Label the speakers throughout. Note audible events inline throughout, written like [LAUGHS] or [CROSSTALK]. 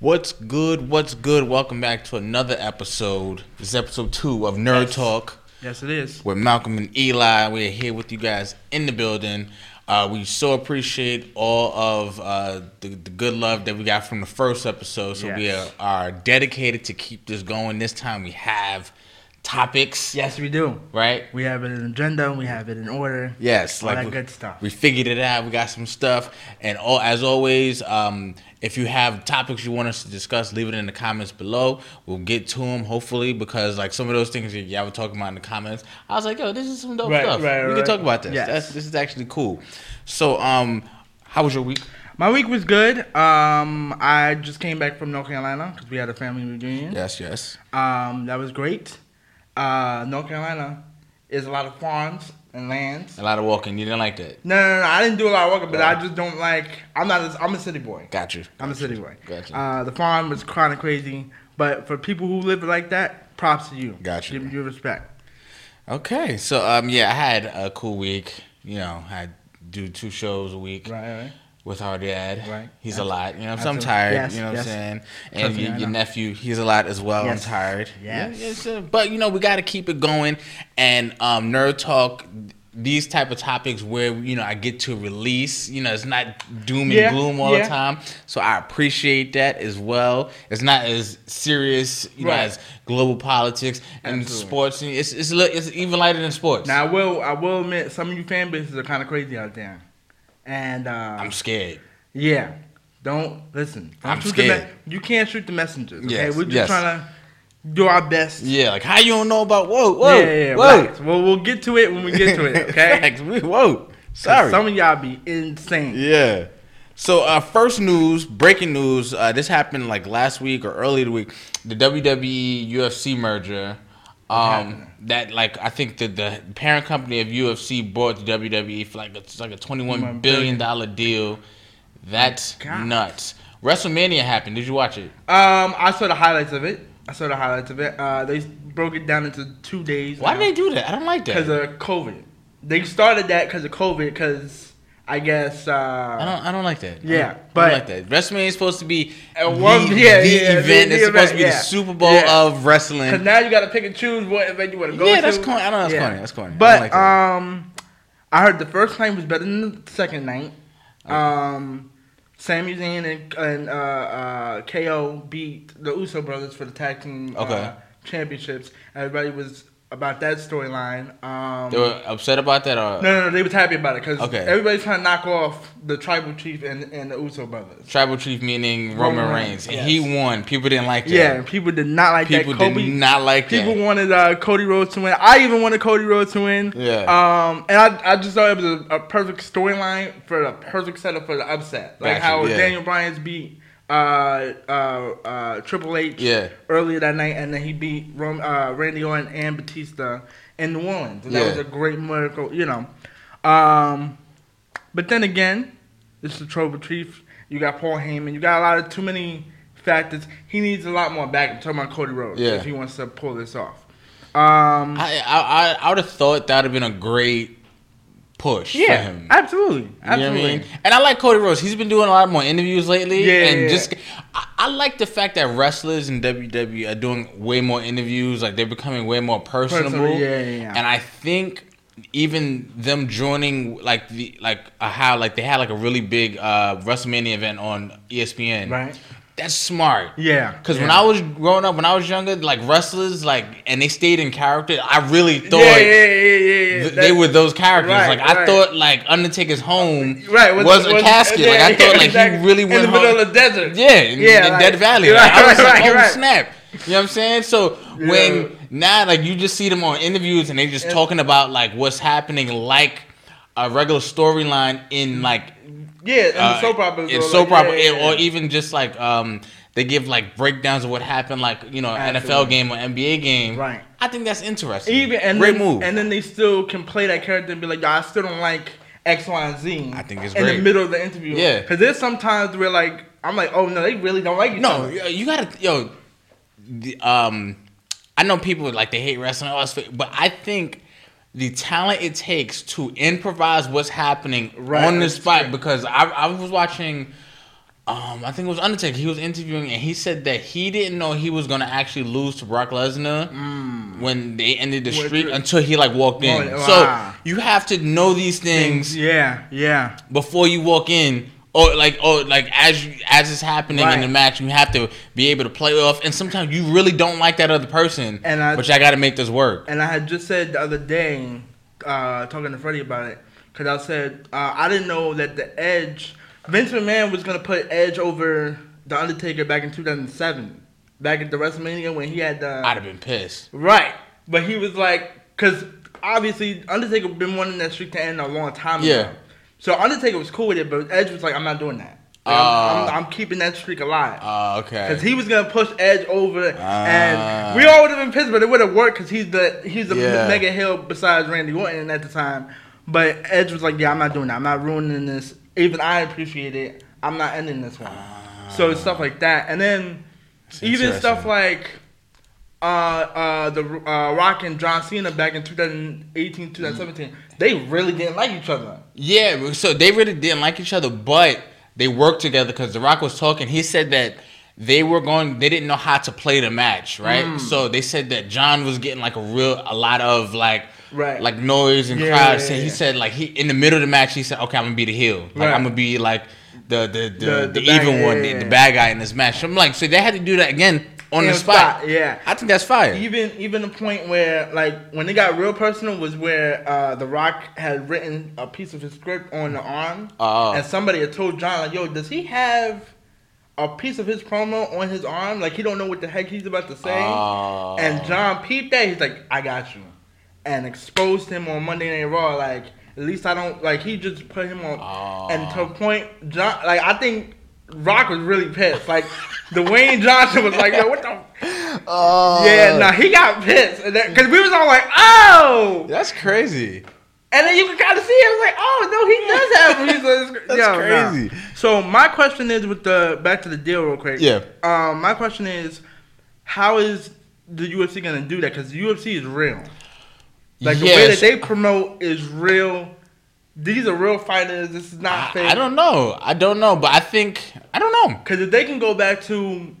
Speaker 1: What's good? What's good? Welcome back to another episode. This is episode two of Nerd Talk
Speaker 2: Yes, it is.
Speaker 1: with Malcolm and Eli. We're here with you guys in the building. Uh, we so appreciate all of uh, the, the good love that we got from the first episode. So we are,
Speaker 2: Yes.
Speaker 1: are dedicated to keep this going. This time we have topics,
Speaker 2: Yes, we do.
Speaker 1: right?
Speaker 2: We have it in agenda. We have it in order.
Speaker 1: Yes,
Speaker 2: all
Speaker 1: like
Speaker 2: that
Speaker 1: we,
Speaker 2: good stuff.
Speaker 1: We figured it out. We got some stuff, and all as always. Um, if you have topics you want us to discuss, leave it in the comments below. We'll get to them hopefully because like some of those things that y'all were talking about in the comments, I was like, yo, this is some dope
Speaker 2: Right,
Speaker 1: stuff.
Speaker 2: right,
Speaker 1: we can
Speaker 2: right.
Speaker 1: talk about this.
Speaker 2: Yes.
Speaker 1: That's, this is actually cool. So, um, how was your week?
Speaker 2: My week was good. Um, I just came back from North Carolina because we had a family reunion.
Speaker 1: Yes, yes.
Speaker 2: Um, that was great. Uh, North Carolina is a lot of farms and lands.
Speaker 1: A lot of walking. You didn't like that.
Speaker 2: No, no, no. I didn't do a lot of work, but
Speaker 1: Right.
Speaker 2: I just don't like. I'm not. A, I'm a city boy.
Speaker 1: Got you.
Speaker 2: I'm a city boy.
Speaker 1: Gotcha.
Speaker 2: Uh, the farm was kind of crazy, but for people who live like that, props to you.
Speaker 1: Gotcha.
Speaker 2: Give you respect.
Speaker 1: Okay, so um, yeah, I had a cool week. You know, I do two shows a week.
Speaker 2: Right, right.
Speaker 1: with our dad.
Speaker 2: Right.
Speaker 1: He's a lot. You know, so I'm
Speaker 2: Absolutely.
Speaker 1: tired.
Speaker 2: Yes,
Speaker 1: you know
Speaker 2: yes.
Speaker 1: what I'm saying? And
Speaker 2: Trust me,
Speaker 1: you,
Speaker 2: I
Speaker 1: your
Speaker 2: know.
Speaker 1: nephew, he's a lot as well.
Speaker 2: Yes.
Speaker 1: I'm tired.
Speaker 2: Yes.
Speaker 1: Yeah, yes, uh, but you know, we got to keep it going. And um, nerd talk. These type of topics where you know I get to release, you know, it's not doom and
Speaker 2: Yeah,
Speaker 1: gloom all
Speaker 2: yeah.
Speaker 1: the time. So I appreciate that as well. It's not as serious, you know,
Speaker 2: Right.
Speaker 1: as global politics and
Speaker 2: Absolutely.
Speaker 1: sports. It's it's, li- it's even lighter than sports.
Speaker 2: Now I will I will admit some of you fan bases are kind of crazy out there, and uh,
Speaker 1: I'm scared.
Speaker 2: yeah, don't listen. Don't
Speaker 1: I'm
Speaker 2: shoot the me-
Speaker 1: scared.
Speaker 2: you can't shoot the messengers. Okay,
Speaker 1: Yes,
Speaker 2: we're just
Speaker 1: yes.
Speaker 2: trying to do our best.
Speaker 1: Yeah, like how you don't know about whoa, whoa,
Speaker 2: yeah, yeah,
Speaker 1: whoa.
Speaker 2: relax. Well, we'll get to it when we get to it.
Speaker 1: [LAUGHS]
Speaker 2: Okay.
Speaker 1: Facts. We- Whoa.
Speaker 2: 'Cause
Speaker 1: Sorry.
Speaker 2: Some of y'all be insane.
Speaker 1: yeah. So uh, first news, breaking news. Uh, this happened like last week or early the week. The E WWE UFC merger. Um,
Speaker 2: happened?
Speaker 1: that like I think that the parent company of UFC bought the WWE for like it's like a twenty one
Speaker 2: $21
Speaker 1: billion dollar deal. That's
Speaker 2: God.
Speaker 1: nuts. WrestleMania happened. Did you watch it?
Speaker 2: Um, I saw the highlights of it. I saw the highlights of it. Uh, they broke it down into two days.
Speaker 1: Why did they do that? I don't like that.
Speaker 2: Because of COVID. They started that because of COVID. Because I guess. Uh,
Speaker 1: I don't. I don't like that.
Speaker 2: Yeah,
Speaker 1: I don't,
Speaker 2: but-
Speaker 1: I don't like that. WrestleMania is supposed to be
Speaker 2: At
Speaker 1: the,
Speaker 2: one- yeah,
Speaker 1: the
Speaker 2: yeah, yeah,
Speaker 1: event.
Speaker 2: the
Speaker 1: it's supposed to be the
Speaker 2: event, yeah.
Speaker 1: Super Bowl
Speaker 2: Yeah.
Speaker 1: of
Speaker 2: Because
Speaker 1: wrestling.
Speaker 2: now you got to pick and choose what event you want to go
Speaker 1: Yeah,
Speaker 2: to.
Speaker 1: that's corny. I know that's corny. That's corny. I
Speaker 2: But
Speaker 1: don't like that.
Speaker 2: um, I heard the first night was better than the second night. Um, Sami Zayn and, and uh, uh, KO beat the Uso brothers for the tag team uh,
Speaker 1: Okay.
Speaker 2: championships. Everybody was about that storyline. Um,
Speaker 1: They were upset about that, uh, or
Speaker 2: no, no, no, they was happy about it because
Speaker 1: Okay.
Speaker 2: everybody's trying to knock off the Tribal Chief and, and the Uso brothers.
Speaker 1: Tribal Chief meaning Roman,
Speaker 2: Roman
Speaker 1: Reigns,
Speaker 2: Reigns,
Speaker 1: and he won. People didn't like that.
Speaker 2: Yeah, and people did not like
Speaker 1: people
Speaker 2: that. Kobe
Speaker 1: did not like
Speaker 2: People
Speaker 1: that.
Speaker 2: wanted uh, Cody Rhodes to win. I even wanted Cody Rhodes to win.
Speaker 1: Yeah.
Speaker 2: Um, and I, I just thought it was a, a perfect storyline for the perfect setup for the upset, like
Speaker 1: Gotcha,
Speaker 2: how
Speaker 1: yeah.
Speaker 2: Daniel Bryan's beat uh, uh, uh, Triple H
Speaker 1: Yeah.
Speaker 2: earlier that night, and then he beat Rom- uh, Randy Orton and Batista in New Orleans. And
Speaker 1: Yeah.
Speaker 2: That was a great miracle, you know. Um, but then again, this is the Trova Chief. You got Paul Heyman. You got a lot of too many factors. He needs a lot more back. I'm talking about Cody Rhodes
Speaker 1: Yeah.
Speaker 2: if he wants to pull this off. Um,
Speaker 1: I I, I, I would have thought that would have been a great push
Speaker 2: yeah,
Speaker 1: for him.
Speaker 2: absolutely,
Speaker 1: You know what I
Speaker 2: absolutely.
Speaker 1: mean? And I like Cody Rhodes. He's been doing a lot more interviews lately.
Speaker 2: Yeah,
Speaker 1: and
Speaker 2: yeah,
Speaker 1: just I, I like the fact that wrestlers in WWE are doing way more interviews. Like they're becoming way more personable.
Speaker 2: Personal, yeah, yeah, yeah.
Speaker 1: And I think even them joining like the like uh, how like they had like a really big uh, WrestleMania event on E ESPN.
Speaker 2: Right.
Speaker 1: That's smart.
Speaker 2: Yeah,
Speaker 1: Because
Speaker 2: yeah.
Speaker 1: when I was growing up, when I was younger, like wrestlers, like and they stayed in character. I really thought
Speaker 2: yeah, yeah, yeah, yeah, yeah.
Speaker 1: th-
Speaker 2: That-
Speaker 1: they were those characters. like
Speaker 2: Right,
Speaker 1: I
Speaker 2: right.
Speaker 1: thought, like Undertaker's home
Speaker 2: right
Speaker 1: was,
Speaker 2: was-
Speaker 1: a
Speaker 2: was-
Speaker 1: casket.
Speaker 2: yeah,
Speaker 1: like I
Speaker 2: [LAUGHS] yeah,
Speaker 1: thought, like
Speaker 2: exactly.
Speaker 1: he really
Speaker 2: In
Speaker 1: went
Speaker 2: the
Speaker 1: home.
Speaker 2: middle of the desert.
Speaker 1: Yeah, in,
Speaker 2: Yeah,
Speaker 1: in
Speaker 2: like-
Speaker 1: Dead Valley.
Speaker 2: right,
Speaker 1: Like, I was
Speaker 2: right,
Speaker 1: like,
Speaker 2: right,
Speaker 1: oh
Speaker 2: right.
Speaker 1: snap! You know what I'm saying? So when now, like you just see them on interviews and they just talking about like what's happening, like a regular storyline in like
Speaker 2: yeah, and
Speaker 1: uh,
Speaker 2: the soap opera.
Speaker 1: in soap opera, or even just like um. They give like breakdowns of what happened, like you know, NFL
Speaker 2: Absolutely.
Speaker 1: game or NBA game.
Speaker 2: Right.
Speaker 1: I think that's interesting.
Speaker 2: even and
Speaker 1: great
Speaker 2: then,
Speaker 1: move.
Speaker 2: And then they still can play that character and be like, "Yo, I still don't like X, Y, and Z."
Speaker 1: I think it's
Speaker 2: in
Speaker 1: great.
Speaker 2: the middle of the interview.
Speaker 1: Yeah.
Speaker 2: because there's sometimes where like I'm like, "Oh no, they really don't like each
Speaker 1: No,
Speaker 2: other."
Speaker 1: yo, you gotta yo. The, um, I know people like they hate wrestling, all this, but I think the talent it takes to improvise what's happening
Speaker 2: Right,
Speaker 1: on the
Speaker 2: that's
Speaker 1: spot.
Speaker 2: true.
Speaker 1: Because I, I was watching um, I think it was Undertaker. He was interviewing and he said that he didn't know he was gonna actually lose to Brock Lesnar mm. when they ended the streak the, until he like walked in. Well, so wow. you have to know these things,
Speaker 2: things, Yeah, yeah.
Speaker 1: Before you walk in, or like, or like as you, as it's happening right. in the match, you have to be able to play off. And sometimes you really don't like that other person, and I, but I got to make this work.
Speaker 2: And I had just said the other day, uh, talking to Freddie about it, because I said uh, I didn't know that the Edge. Vince McMahon was gonna put Edge over the Undertaker back in 2007, back at the WrestleMania when he had the.
Speaker 1: I'd have been pissed.
Speaker 2: Right, but he was like, because obviously Undertaker been wanting that streak to end a long time
Speaker 1: yeah. ago.
Speaker 2: So Undertaker was cool with it, but Edge was like, I'm not doing that. Like, uh, I'm, I'm, I'm, keeping that streak alive.
Speaker 1: Oh, uh, okay.
Speaker 2: Because he was gonna push Edge over, uh,
Speaker 1: Ah.
Speaker 2: and we all would have been pissed, but it would have worked because he's the he's the yeah. mega heel besides Randy Orton at the time. But Edge was like, yeah, I'm not doing that. I'm not ruining this even I appreciate it. I'm not ending this one. Uh, so stuff like that, and then even stuff like uh, uh, the uh, Rock and John Cena back in 2018, 2017, they really didn't like each other.
Speaker 1: Yeah, so they really didn't like each other, but they worked together because the Rock was talking. He said that they were going they didn't know how to play the match right
Speaker 2: Hmm.
Speaker 1: mm. so they said that john was getting like a real a lot of like
Speaker 2: right.
Speaker 1: like noise and yeah, crowds yeah, yeah, and he said like he in the middle of the match he said okay i'm gonna be the heel like right. i'm gonna be like the the the, the, the, the even guy, one the, the, bad guy in this match so i'm like so they had to do that again on the spot.
Speaker 2: spot. yeah
Speaker 1: i think that's fire
Speaker 2: even even the point where like when it got real personal was where uh the rock had written a piece of his script on the arm
Speaker 1: uh,
Speaker 2: and somebody had told john like yo does he have a piece of his promo on his arm, like he don't know what the heck he's about to say.
Speaker 1: Oh.
Speaker 2: And John peeped that he's like, "I got you," and exposed him on Monday Night Raw. Like at least I don't like he just put him on.
Speaker 1: Oh.
Speaker 2: And to a point, John, like I think Rock was really pissed. Like [LAUGHS] Dwayne Johnson was like, "Yo, what the?"
Speaker 1: Oh.
Speaker 2: Yeah, nah, he got pissed because we was all like, "Oh,
Speaker 1: that's crazy."
Speaker 2: And then you can kind of see it. was like, oh no, he does have reasons.
Speaker 1: [LAUGHS] That's Yo, crazy.
Speaker 2: Nah. So my question is with the back to the deal real quick.
Speaker 1: Yeah.
Speaker 2: Um, my question is, how is the UFC gonna do that? Because the UFC is real. Like yes. the way that they promote is real. These are real fighters. This is not
Speaker 1: I,
Speaker 2: fake.
Speaker 1: I don't know. I don't know, but I think I don't know.
Speaker 2: Because if they can go back to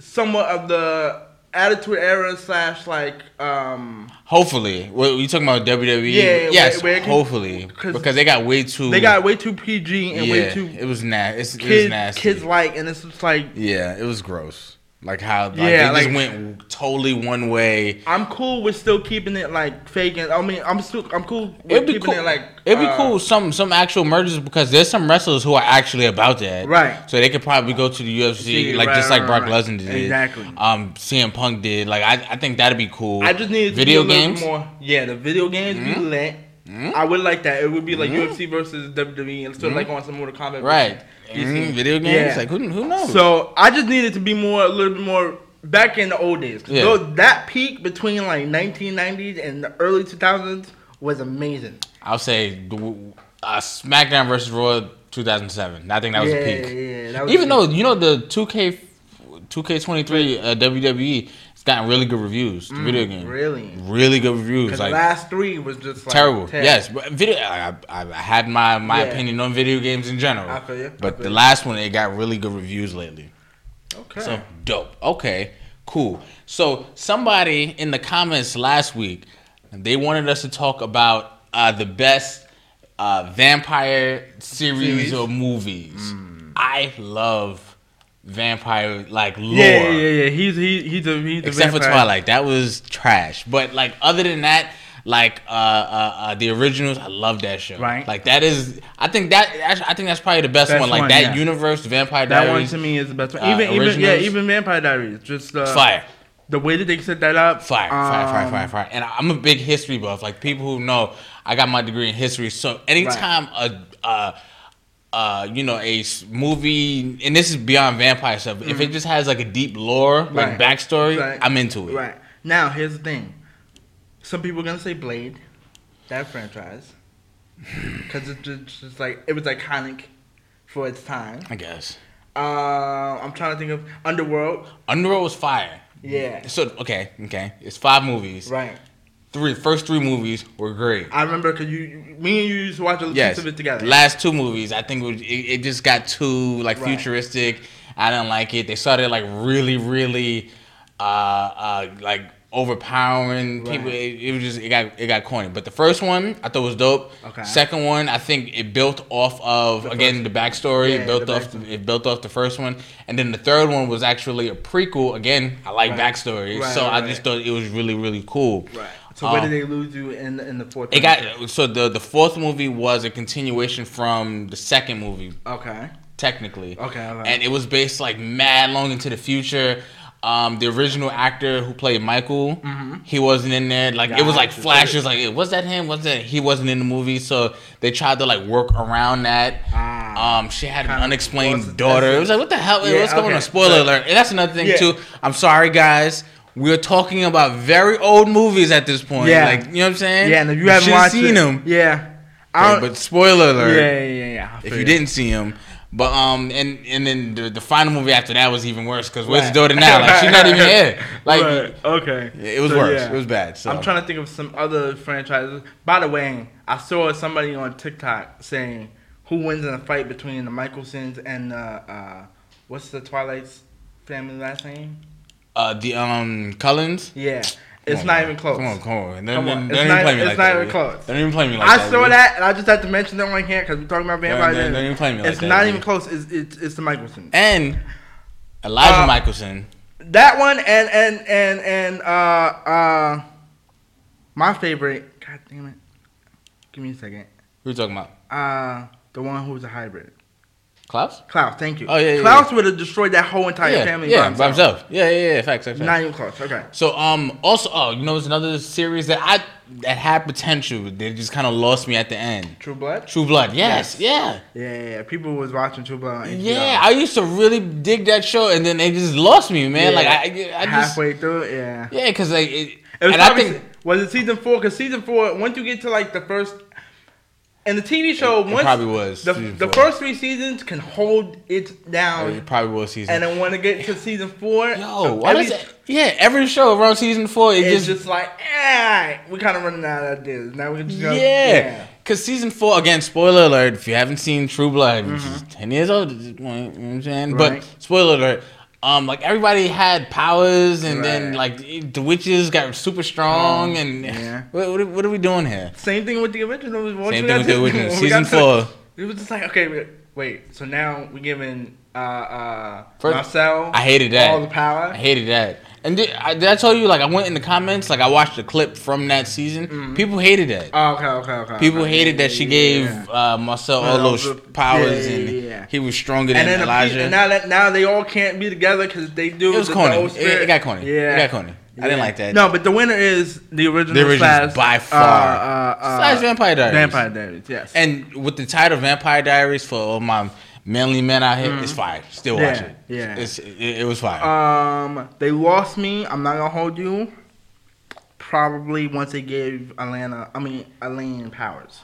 Speaker 2: somewhat of the Attitude Era slash like um
Speaker 1: Hopefully, what you talking about WWE? Yeah, yes. Where, where can, hopefully, because they got way too
Speaker 2: they got way too PG and yeah, way too
Speaker 1: it was, na- it's, kids, it was nasty.
Speaker 2: Kids like, and it's just like
Speaker 1: yeah, it was gross. Like how like, yeah, they like, just went totally one way.
Speaker 2: I'm cool with still keeping it like fake. And, I mean, I'm still I'm cool.
Speaker 1: it'd be cool. It like it'd be uh, cool some some actual mergers because there's some wrestlers who are actually about that.
Speaker 2: Right.
Speaker 1: So they could probably go to the UFC See, like right, just like Brock right, right. Lesnar did.
Speaker 2: Exactly.
Speaker 1: Um, CM Punk did. Like I, I think that'd be cool.
Speaker 2: I just need
Speaker 1: video games
Speaker 2: more. Yeah, the video games mm-hmm. be lit. Mm-hmm. I would like that. It would be like mm-hmm. UFC versus WWE and still like on some Mortal Kombat.
Speaker 1: Mm-hmm. Right. Mm, video games. Yeah. Like who, who knows?
Speaker 2: Mm-hmm. So I just needed to be more a little bit more back in the old days. Yeah. Though that peak between like 1990s and the early 2000s was amazing.
Speaker 1: I'll say uh, SmackDown versus Raw 2007. I think that was
Speaker 2: yeah,
Speaker 1: a peak.
Speaker 2: Yeah, that was
Speaker 1: Even though you know the 2K 2K23 uh, WWE gotten really good reviews. The mm, video game,
Speaker 2: really,
Speaker 1: really good reviews. Like
Speaker 2: the last three was just like
Speaker 1: terrible. Ten. Yes, but video. I, I, I had my my yeah. opinion on video games in general.
Speaker 2: I feel you.
Speaker 1: But
Speaker 2: feel
Speaker 1: the last one, it got really good reviews lately.
Speaker 2: Okay.
Speaker 1: So dope. Okay, cool. So somebody in the comments last week, they wanted us to talk about uh, the best uh, vampire series, series, or movies. Mm. I love vampire like lore.
Speaker 2: Hmm. Yeah, yeah, yeah. He's he he's a he's
Speaker 1: except
Speaker 2: a
Speaker 1: for Twilight, that was trash. But like other than that, like uh, uh, uh the originals, I love that show.
Speaker 2: Right.
Speaker 1: Like that is, I think that I think that's probably the best, best one. Like one, that yeah. universe, Vampire
Speaker 2: that
Speaker 1: Diaries.
Speaker 2: That one to me is the best one. Even uh, even originals. yeah, even Vampire Diaries, just uh,
Speaker 1: fire.
Speaker 2: The way that they set that up,
Speaker 1: fire, fire, um, fire, fire, fire. And I'm a big history buff. Like people who know, I got my degree in history. So anytime right. a uh, uh, you know, a movie, and this is beyond vampire stuff. Mm-hmm. If it just has like a deep lore, like right. backstory, right. I'm into it.
Speaker 2: um, Right now, here's the thing: some people are gonna say Blade, that franchise, because it's just, just, like it was iconic for its time.
Speaker 1: I guess.
Speaker 2: Uh, I'm trying to think of Underworld.
Speaker 1: Underworld was fire.
Speaker 2: Yeah.
Speaker 1: So okay, okay, it's five movies.
Speaker 2: Right
Speaker 1: three first three movies were great.
Speaker 2: I remember because you, you- me and you used to watch a
Speaker 1: Yes,
Speaker 2: piece of it together.
Speaker 1: last two movies I think it, was- it, it just got too like
Speaker 2: Right.
Speaker 1: futuristic. I didn't like it. They started like really, really, uh, uh like overpowering people.
Speaker 2: Right.
Speaker 1: It, it was just it got it got corny. But the first one I thought was dope.
Speaker 2: Okay.
Speaker 1: Second one I think it built off of again the backstory.
Speaker 2: Yeah,
Speaker 1: it built
Speaker 2: the
Speaker 1: off
Speaker 2: backstory.
Speaker 1: it built off the first one, and then the third one was actually a prequel. Again, I like
Speaker 2: Right.
Speaker 1: backstory,
Speaker 2: Right,
Speaker 1: so I
Speaker 2: right.
Speaker 1: just thought it was really, really cool.
Speaker 2: Right. So where
Speaker 1: Um,
Speaker 2: did they lose you in in the fourth?
Speaker 1: it
Speaker 2: one?
Speaker 1: got so the the fourth movie was a continuation from the second movie,
Speaker 2: okay.
Speaker 1: technically.
Speaker 2: Okay, alright.
Speaker 1: And it was based like mad long into the future. Um, the original actor who played Michael, he wasn't in there. Like it was like
Speaker 2: Mm-hmm. Gotcha.
Speaker 1: flashes. Like "Eh, was that him? Was that he wasn't in the movie? So they tried to like work around that.
Speaker 2: Ah.
Speaker 1: um, she had an
Speaker 2: Kinda
Speaker 1: unexplained
Speaker 2: was-
Speaker 1: daughter.
Speaker 2: that's-
Speaker 1: It was like what the hell?
Speaker 2: Yeah,
Speaker 1: What's going
Speaker 2: okay.
Speaker 1: on? Spoiler alert. And that's another thing
Speaker 2: Yeah.
Speaker 1: too. I'm sorry, guys. We're talking about very old movies at this point.
Speaker 2: Yeah.
Speaker 1: Like you know what I'm saying?
Speaker 2: Yeah, and if you haven't
Speaker 1: should've
Speaker 2: watched
Speaker 1: seen
Speaker 2: it,
Speaker 1: him.
Speaker 2: yeah, I
Speaker 1: Yeah,
Speaker 2: don't,
Speaker 1: but spoiler
Speaker 2: yeah,
Speaker 1: alert.
Speaker 2: yeah, yeah, yeah. I
Speaker 1: If
Speaker 2: feel
Speaker 1: you didn't see him, but um, and and then the, the final movie after that was even worse because where's
Speaker 2: Right.
Speaker 1: the daughter now? Like she's not even
Speaker 2: [LAUGHS]
Speaker 1: here. Like
Speaker 2: Right, okay,
Speaker 1: it was
Speaker 2: So,
Speaker 1: worse.
Speaker 2: yeah.
Speaker 1: It was bad. So
Speaker 2: I'm trying to think of some other franchises. By the way, I saw somebody on TikTok saying who wins in a fight between the Michaelsons and uh, uh, what's the Twilight's family last name?
Speaker 1: uh, the um Cullens.
Speaker 2: Yeah,
Speaker 1: Come
Speaker 2: it's
Speaker 1: on,
Speaker 2: not
Speaker 1: man.
Speaker 2: even close.
Speaker 1: Come on, come on. Don't,
Speaker 2: Come
Speaker 1: don't,
Speaker 2: on.
Speaker 1: don't
Speaker 2: It's
Speaker 1: even
Speaker 2: not-
Speaker 1: play me
Speaker 2: it's
Speaker 1: like
Speaker 2: not
Speaker 1: that.
Speaker 2: even
Speaker 1: dude.
Speaker 2: close.
Speaker 1: Don't even play me like
Speaker 2: I
Speaker 1: that.
Speaker 2: saw
Speaker 1: dude.
Speaker 2: that, and I just had to mention that on here because we're talking about vampire.
Speaker 1: don't-
Speaker 2: Diaries.
Speaker 1: don't even play me like
Speaker 2: it's
Speaker 1: that,
Speaker 2: not
Speaker 1: man.
Speaker 2: even close. It's, it's it's the Michaelsons.
Speaker 1: And Elijah
Speaker 2: Uh,
Speaker 1: Michelson.
Speaker 2: That one and and and and uh uh my favorite. God damn it! Give me a second.
Speaker 1: Who you talking about?
Speaker 2: Uh, the one who was a hybrid.
Speaker 1: Klaus?
Speaker 2: Klaus, thank you.
Speaker 1: Oh, yeah, yeah,
Speaker 2: Klaus would have destroyed that whole entire
Speaker 1: yeah,
Speaker 2: family
Speaker 1: yeah,
Speaker 2: by himself.
Speaker 1: Yeah, yeah, yeah. Facts, facts, facts.
Speaker 2: Not even close. Okay.
Speaker 1: So um also oh you know it's another series that I that had potential they just kind of lost me at the end.
Speaker 2: True Blood.
Speaker 1: True Blood. Yes. Yeah.
Speaker 2: Yeah, yeah, yeah. People was watching True Blood. On HBO.
Speaker 1: Yeah, I used to really dig that show, and then they just lost me, man.
Speaker 2: Yeah.
Speaker 1: Like I, I, I just
Speaker 2: halfway through. it, Yeah.
Speaker 1: yeah, because like, it,
Speaker 2: It was
Speaker 1: and I
Speaker 2: probably-
Speaker 1: think
Speaker 2: was it season four? Because season four, once you get to like the first, and the TV show,
Speaker 1: It- it
Speaker 2: once
Speaker 1: probably was
Speaker 2: the,
Speaker 1: season
Speaker 2: the
Speaker 1: four. Oh,
Speaker 2: first three seasons can hold it down.
Speaker 1: it probably was season.
Speaker 2: and then when it get to season four,
Speaker 1: Yo, why
Speaker 2: every-
Speaker 1: does it, yeah every show around season four it
Speaker 2: it's
Speaker 1: just,
Speaker 2: just like, eh, we kind of running out of ideas. Now we can just go,
Speaker 1: yeah. Cause season four again, spoiler alert! If you haven't seen True Blood, which is ten years old at this point, you know what I'm saying?
Speaker 2: Mm-hmm. Right.
Speaker 1: But spoiler alert, um, like everybody had powers, and then
Speaker 2: Right.
Speaker 1: like the the witches got super strong,
Speaker 2: Um,
Speaker 1: and
Speaker 2: yeah.
Speaker 1: [LAUGHS] what, what, are- what are we doing here?
Speaker 2: Same thing with the original. Once
Speaker 1: Same
Speaker 2: we
Speaker 1: thing
Speaker 2: got
Speaker 1: with the
Speaker 2: to-
Speaker 1: original.
Speaker 2: [LAUGHS] when we
Speaker 1: Season
Speaker 2: got to-
Speaker 1: four.
Speaker 2: It was just like, okay, wait, wait. so now we're giving uh, uh,
Speaker 1: First-
Speaker 2: Marcel
Speaker 1: I hated that.
Speaker 2: all the power.
Speaker 1: I hated that. And did I, did I tell you like I went in the comments like I watched a clip from that season. People hated that.
Speaker 2: oh, okay, okay, okay.
Speaker 1: People
Speaker 2: okay.
Speaker 1: hated that she
Speaker 2: Mm-hmm. Yeah,
Speaker 1: gave
Speaker 2: yeah.
Speaker 1: uh, Marcel
Speaker 2: Well,
Speaker 1: all those
Speaker 2: the-
Speaker 1: powers
Speaker 2: yeah, yeah,
Speaker 1: and
Speaker 2: yeah.
Speaker 1: he was stronger than
Speaker 2: And then the
Speaker 1: Elijah.
Speaker 2: pe- and now that now they all can't be together because they do.
Speaker 1: it was
Speaker 2: the- the
Speaker 1: corny.
Speaker 2: old
Speaker 1: It,
Speaker 2: spirit.
Speaker 1: it got corny.
Speaker 2: Yeah,
Speaker 1: It got corny. I didn't
Speaker 2: Yeah.
Speaker 1: like that.
Speaker 2: No, but the winner is the original.
Speaker 1: The original
Speaker 2: slash,
Speaker 1: is by far. Slash Vampire Diaries.
Speaker 2: uh, Vampire Diaries. Yes.
Speaker 1: And with the title Vampire Diaries for all my manly men out here, it's fire. Still
Speaker 2: Mm-hmm. Yeah,
Speaker 1: watch it.
Speaker 2: yeah.
Speaker 1: It's, it, it was fire.
Speaker 2: um, they lost me. I'm not gonna hold you. Probably once they gave Alana, I mean Elaine powers,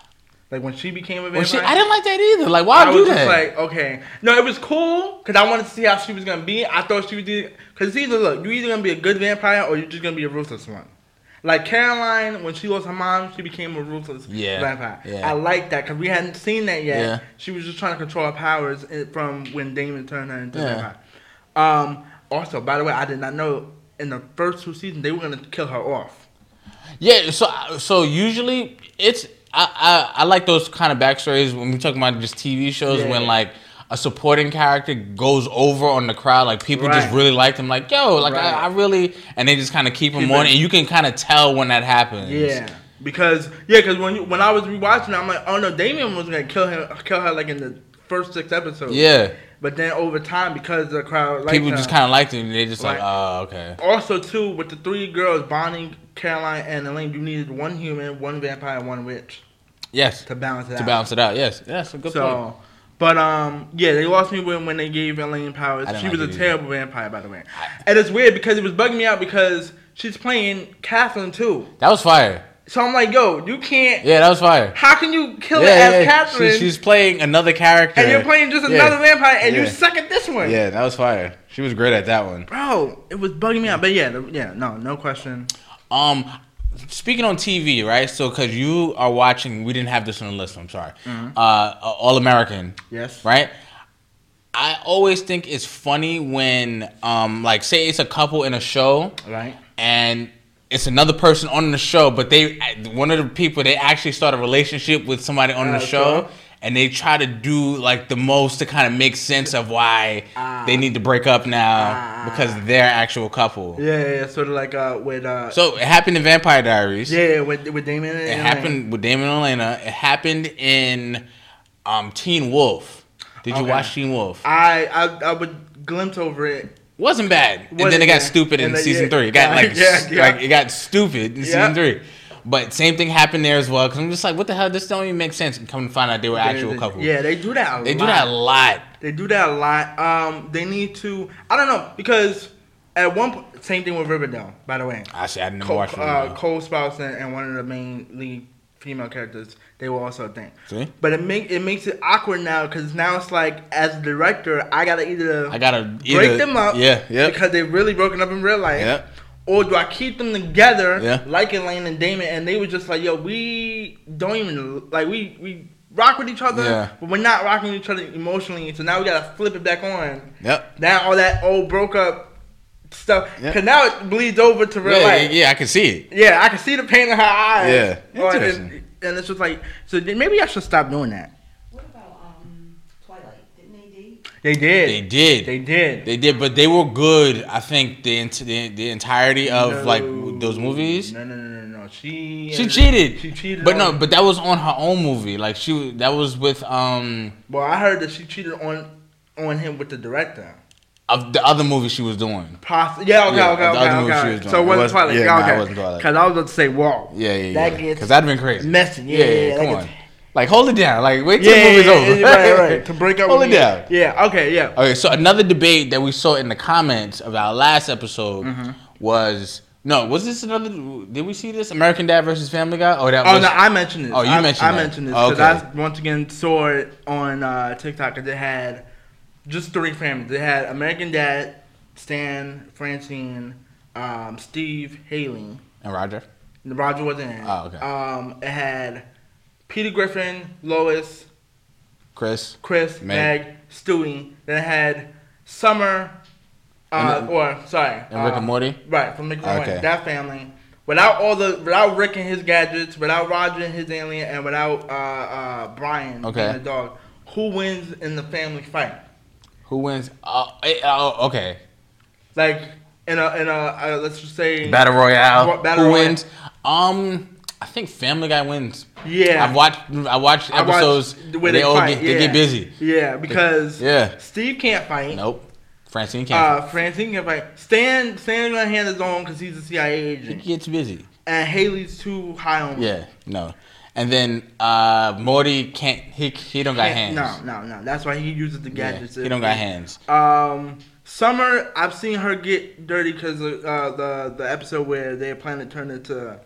Speaker 2: like when she became a vampire.
Speaker 1: Well, shit, I didn't like that either. Like, why
Speaker 2: I
Speaker 1: do
Speaker 2: was
Speaker 1: that?
Speaker 2: just like, okay. No, it was cool because I wanted to see how she was gonna be. I thought she was because it's either look, you either gonna be a good vampire or you're just gonna be a ruthless one. Like Caroline, when she lost her mom, she became a ruthless
Speaker 1: Yeah,
Speaker 2: vampire.
Speaker 1: yeah.
Speaker 2: I like that because we hadn't seen that yet.
Speaker 1: Yeah.
Speaker 2: She was just trying to control her powers in- from when Damon turned her into a
Speaker 1: Yeah.
Speaker 2: vampire. Um, also, by the way, I did not know in the first two seasons they were gonna kill her off.
Speaker 1: Yeah, so so usually it's I I, I like those kind of backstories when we talk about just TV shows
Speaker 2: Yeah.
Speaker 1: when like a supporting character goes over on the crowd, like people just
Speaker 2: Right.
Speaker 1: really like them, like yo, like
Speaker 2: Right.
Speaker 1: I, I really, and they just kind of keep them
Speaker 2: Keep
Speaker 1: on,
Speaker 2: it-
Speaker 1: and you can kind of tell when that happens.
Speaker 2: Yeah, because yeah, because when you, when I was rewatching, it, I'm like, oh no, Damien was gonna kill him, kill her like in the first six episodes.
Speaker 1: yeah,
Speaker 2: but then over time, because the crowd like
Speaker 1: people just kind of like them. They just like,
Speaker 2: Right.
Speaker 1: oh, okay,
Speaker 2: Also, too, with the three girls, Bonnie, Caroline, and Elaine, you needed one human, one vampire, and one witch
Speaker 1: yes,
Speaker 2: to balance it out.
Speaker 1: to balance it out. Yes, yes, a good
Speaker 2: so,
Speaker 1: point.
Speaker 2: but um, yeah, they lost me when when they gave Elaine powers.
Speaker 1: I didn't
Speaker 2: She
Speaker 1: like
Speaker 2: was a
Speaker 1: it either.
Speaker 2: terrible vampire, by the way. And it's weird because it was bugging me out because she's playing Catherine too.
Speaker 1: That was fire.
Speaker 2: So I'm like, yo, you can't.
Speaker 1: Yeah, that was fire.
Speaker 2: How can you kill
Speaker 1: yeah,
Speaker 2: it as
Speaker 1: yeah,
Speaker 2: Catherine?
Speaker 1: She, she's playing another character,
Speaker 2: and you're playing just
Speaker 1: Yeah.
Speaker 2: another vampire, and you
Speaker 1: Yeah.
Speaker 2: suck at this one.
Speaker 1: Yeah, that was fire. She was great at that one.
Speaker 2: Bro, it was bugging me out. But yeah, the- yeah, no, no question.
Speaker 1: Um, speaking on TV, right? So, because you are watching, we didn't have this on the list. I'm sorry.
Speaker 2: Mm-hmm.
Speaker 1: Uh, All American,
Speaker 2: Yes.
Speaker 1: right? I always think it's funny when, um, like, say it's a couple in a show,
Speaker 2: Right.
Speaker 1: and it's another person on the show, but they one of the people they actually start a relationship with somebody on the
Speaker 2: Uh,
Speaker 1: show,
Speaker 2: sure.
Speaker 1: and they try to do like the most to kind of make sense of why
Speaker 2: Ah.
Speaker 1: they need to break up now because they're actual couple.
Speaker 2: Yeah, yeah, yeah. Sort of like uh, with uh,
Speaker 1: So it happened in Vampire Diaries.
Speaker 2: yeah, yeah, with with Damon.
Speaker 1: It
Speaker 2: And
Speaker 1: happened with Damon and Elena. It happened in um, Teen Wolf. Did you
Speaker 2: Okay.
Speaker 1: watch Teen Wolf?
Speaker 2: I, I I would glimpse over it.
Speaker 1: Wasn't bad. And
Speaker 2: Wasn't
Speaker 1: then it got
Speaker 2: bad.
Speaker 1: stupid in
Speaker 2: And then,
Speaker 1: season
Speaker 2: [LAUGHS] yeah.
Speaker 1: three. It got like,
Speaker 2: Yeah,
Speaker 1: s-
Speaker 2: yeah.
Speaker 1: like it got stupid in
Speaker 2: Yeah.
Speaker 1: season three. But same thing happened there as well. Cause I'm just like, what the hell? This don't even make sense. And come to find out they were actual
Speaker 2: They-
Speaker 1: couple.
Speaker 2: Yeah, they do that. A
Speaker 1: They
Speaker 2: lot.
Speaker 1: do that a lot.
Speaker 2: They do that a lot. Um, they need to. I don't know because at one point, same thing with Riverdale. By the way,
Speaker 1: I said I never
Speaker 2: Cole,
Speaker 1: watched it.
Speaker 2: uh, Cole Sprouse and, and one of the main lead female characters, they were also a thing.
Speaker 1: See?
Speaker 2: But it make it makes it awkward now because now it's like as a director, I gotta either
Speaker 1: I gotta
Speaker 2: break
Speaker 1: either-
Speaker 2: them up,
Speaker 1: Yeah, yeah.
Speaker 2: because they've really broken up in real life.
Speaker 1: Yep.
Speaker 2: Or do I keep them together,
Speaker 1: Yeah.
Speaker 2: like Elaine and Damon, and they were just like, yo, we don't even like we we rock with each other,
Speaker 1: Yeah.
Speaker 2: but we're not rocking with each other emotionally. So now we gotta flip it back on.
Speaker 1: Yep.
Speaker 2: Now all that old broke up stuff,
Speaker 1: Yeah.
Speaker 2: because now it bleeds over to real
Speaker 1: Yeah,
Speaker 2: life.
Speaker 1: yeah, yeah, I can see it.
Speaker 2: Yeah, I can see the pain in her eyes.
Speaker 1: Yeah.
Speaker 2: Or-
Speaker 1: Interesting.
Speaker 2: and it's just like, so then maybe I should stop doing that.
Speaker 3: What about um Twilight? Didn't they date?
Speaker 2: They did.
Speaker 1: They did.
Speaker 2: They did.
Speaker 1: They did, but they were good. I think the ent- the, the entirety of
Speaker 2: No.
Speaker 1: like those movies.
Speaker 2: No, no, no, no, no. She uh,
Speaker 1: She cheated.
Speaker 2: She cheated.
Speaker 1: But no,
Speaker 2: on-
Speaker 1: but that was on her own movie. Like she w- that was with um
Speaker 2: Well, I heard that she cheated on on him with the director.
Speaker 1: of the other movie she was doing.
Speaker 2: Poss- yeah, okay,
Speaker 1: Yeah,
Speaker 2: okay,
Speaker 1: the
Speaker 2: okay,
Speaker 1: other movie she
Speaker 2: okay.
Speaker 1: was doing.
Speaker 2: so
Speaker 1: It
Speaker 2: it wasn't
Speaker 1: wasn't-
Speaker 2: Twilight.
Speaker 1: yeah,
Speaker 2: Yeah,
Speaker 1: nah, it
Speaker 2: okay.
Speaker 1: wasn't Twilight.
Speaker 2: Because I was about to say, whoa.
Speaker 1: Yeah, yeah, yeah.
Speaker 2: That gets
Speaker 1: Cuz that'd been crazy.
Speaker 2: messy. Yeah,
Speaker 1: yeah,
Speaker 2: yeah,
Speaker 1: yeah,
Speaker 2: that
Speaker 1: come
Speaker 2: gets-
Speaker 1: on. Like hold it down. Like wait till
Speaker 2: Yeah,
Speaker 1: the movie's
Speaker 2: yeah,
Speaker 1: over.
Speaker 2: yeah, right,
Speaker 1: [LAUGHS]
Speaker 2: right. To break up
Speaker 1: Hold it
Speaker 2: with me.
Speaker 1: down.
Speaker 2: Yeah, okay, yeah.
Speaker 1: Okay, so another debate that we saw in the comments of our last episode
Speaker 2: Mm-hmm.
Speaker 1: was no, was this another? Did we see this American Dad versus Family Guy? Oh, that
Speaker 2: Oh
Speaker 1: was
Speaker 2: no, I mentioned this.
Speaker 1: Oh, you
Speaker 2: I,
Speaker 1: mentioned
Speaker 2: I
Speaker 1: that.
Speaker 2: mentioned this because
Speaker 1: Okay.
Speaker 2: I once again saw it on uh, TikTok because it had just three families. They had American Dad, Stan, Francine, um, Steve, Haley.
Speaker 1: and Roger.
Speaker 2: And Roger wasn't in. it.
Speaker 1: Oh, okay.
Speaker 2: Um, it had Peter Griffin, Lois,
Speaker 1: Chris,
Speaker 2: Chris,
Speaker 1: Meg.
Speaker 2: Meg, Stewie. Then it had Summer, uh,
Speaker 1: And-
Speaker 2: or sorry,
Speaker 1: and Rick
Speaker 2: uh,
Speaker 1: and Morty.
Speaker 2: Right, from Rick and Morty.
Speaker 1: Okay.
Speaker 2: That family. Without all the, without Rick and his gadgets, without Roger and his alien, and without uh, uh, Brian
Speaker 1: Okay.
Speaker 2: and the dog, who wins in the family fight?
Speaker 1: Who wins? Uh, eh, oh, okay.
Speaker 2: Like in a in a uh, let's just say
Speaker 1: Battle Royale.
Speaker 2: Ro- Battle
Speaker 1: Who
Speaker 2: Royale.
Speaker 1: wins? Um, I think Family Guy wins.
Speaker 2: Yeah.
Speaker 1: I've watched. I watched
Speaker 2: I watched
Speaker 1: episodes where they, all
Speaker 2: fight,
Speaker 1: get, they get
Speaker 2: yeah.
Speaker 1: busy.
Speaker 2: Yeah, because
Speaker 1: Yeah.
Speaker 2: Steve can't fight.
Speaker 1: Nope. Francine can't.
Speaker 2: Uh, Francine can fight. Stan Stan's gonna hand his own because he's a CIA
Speaker 1: He
Speaker 2: agent,
Speaker 1: gets busy.
Speaker 2: and Haley's too high on.
Speaker 1: Yeah. No. And then uh, Morty can't. He he don't got hands.
Speaker 2: No, no, no. That's why he uses the
Speaker 1: Yeah,
Speaker 2: gadgets.
Speaker 1: he don't got hands.
Speaker 2: Um, Summer, I've seen her get dirty because of uh, the the episode where they plan to turn into.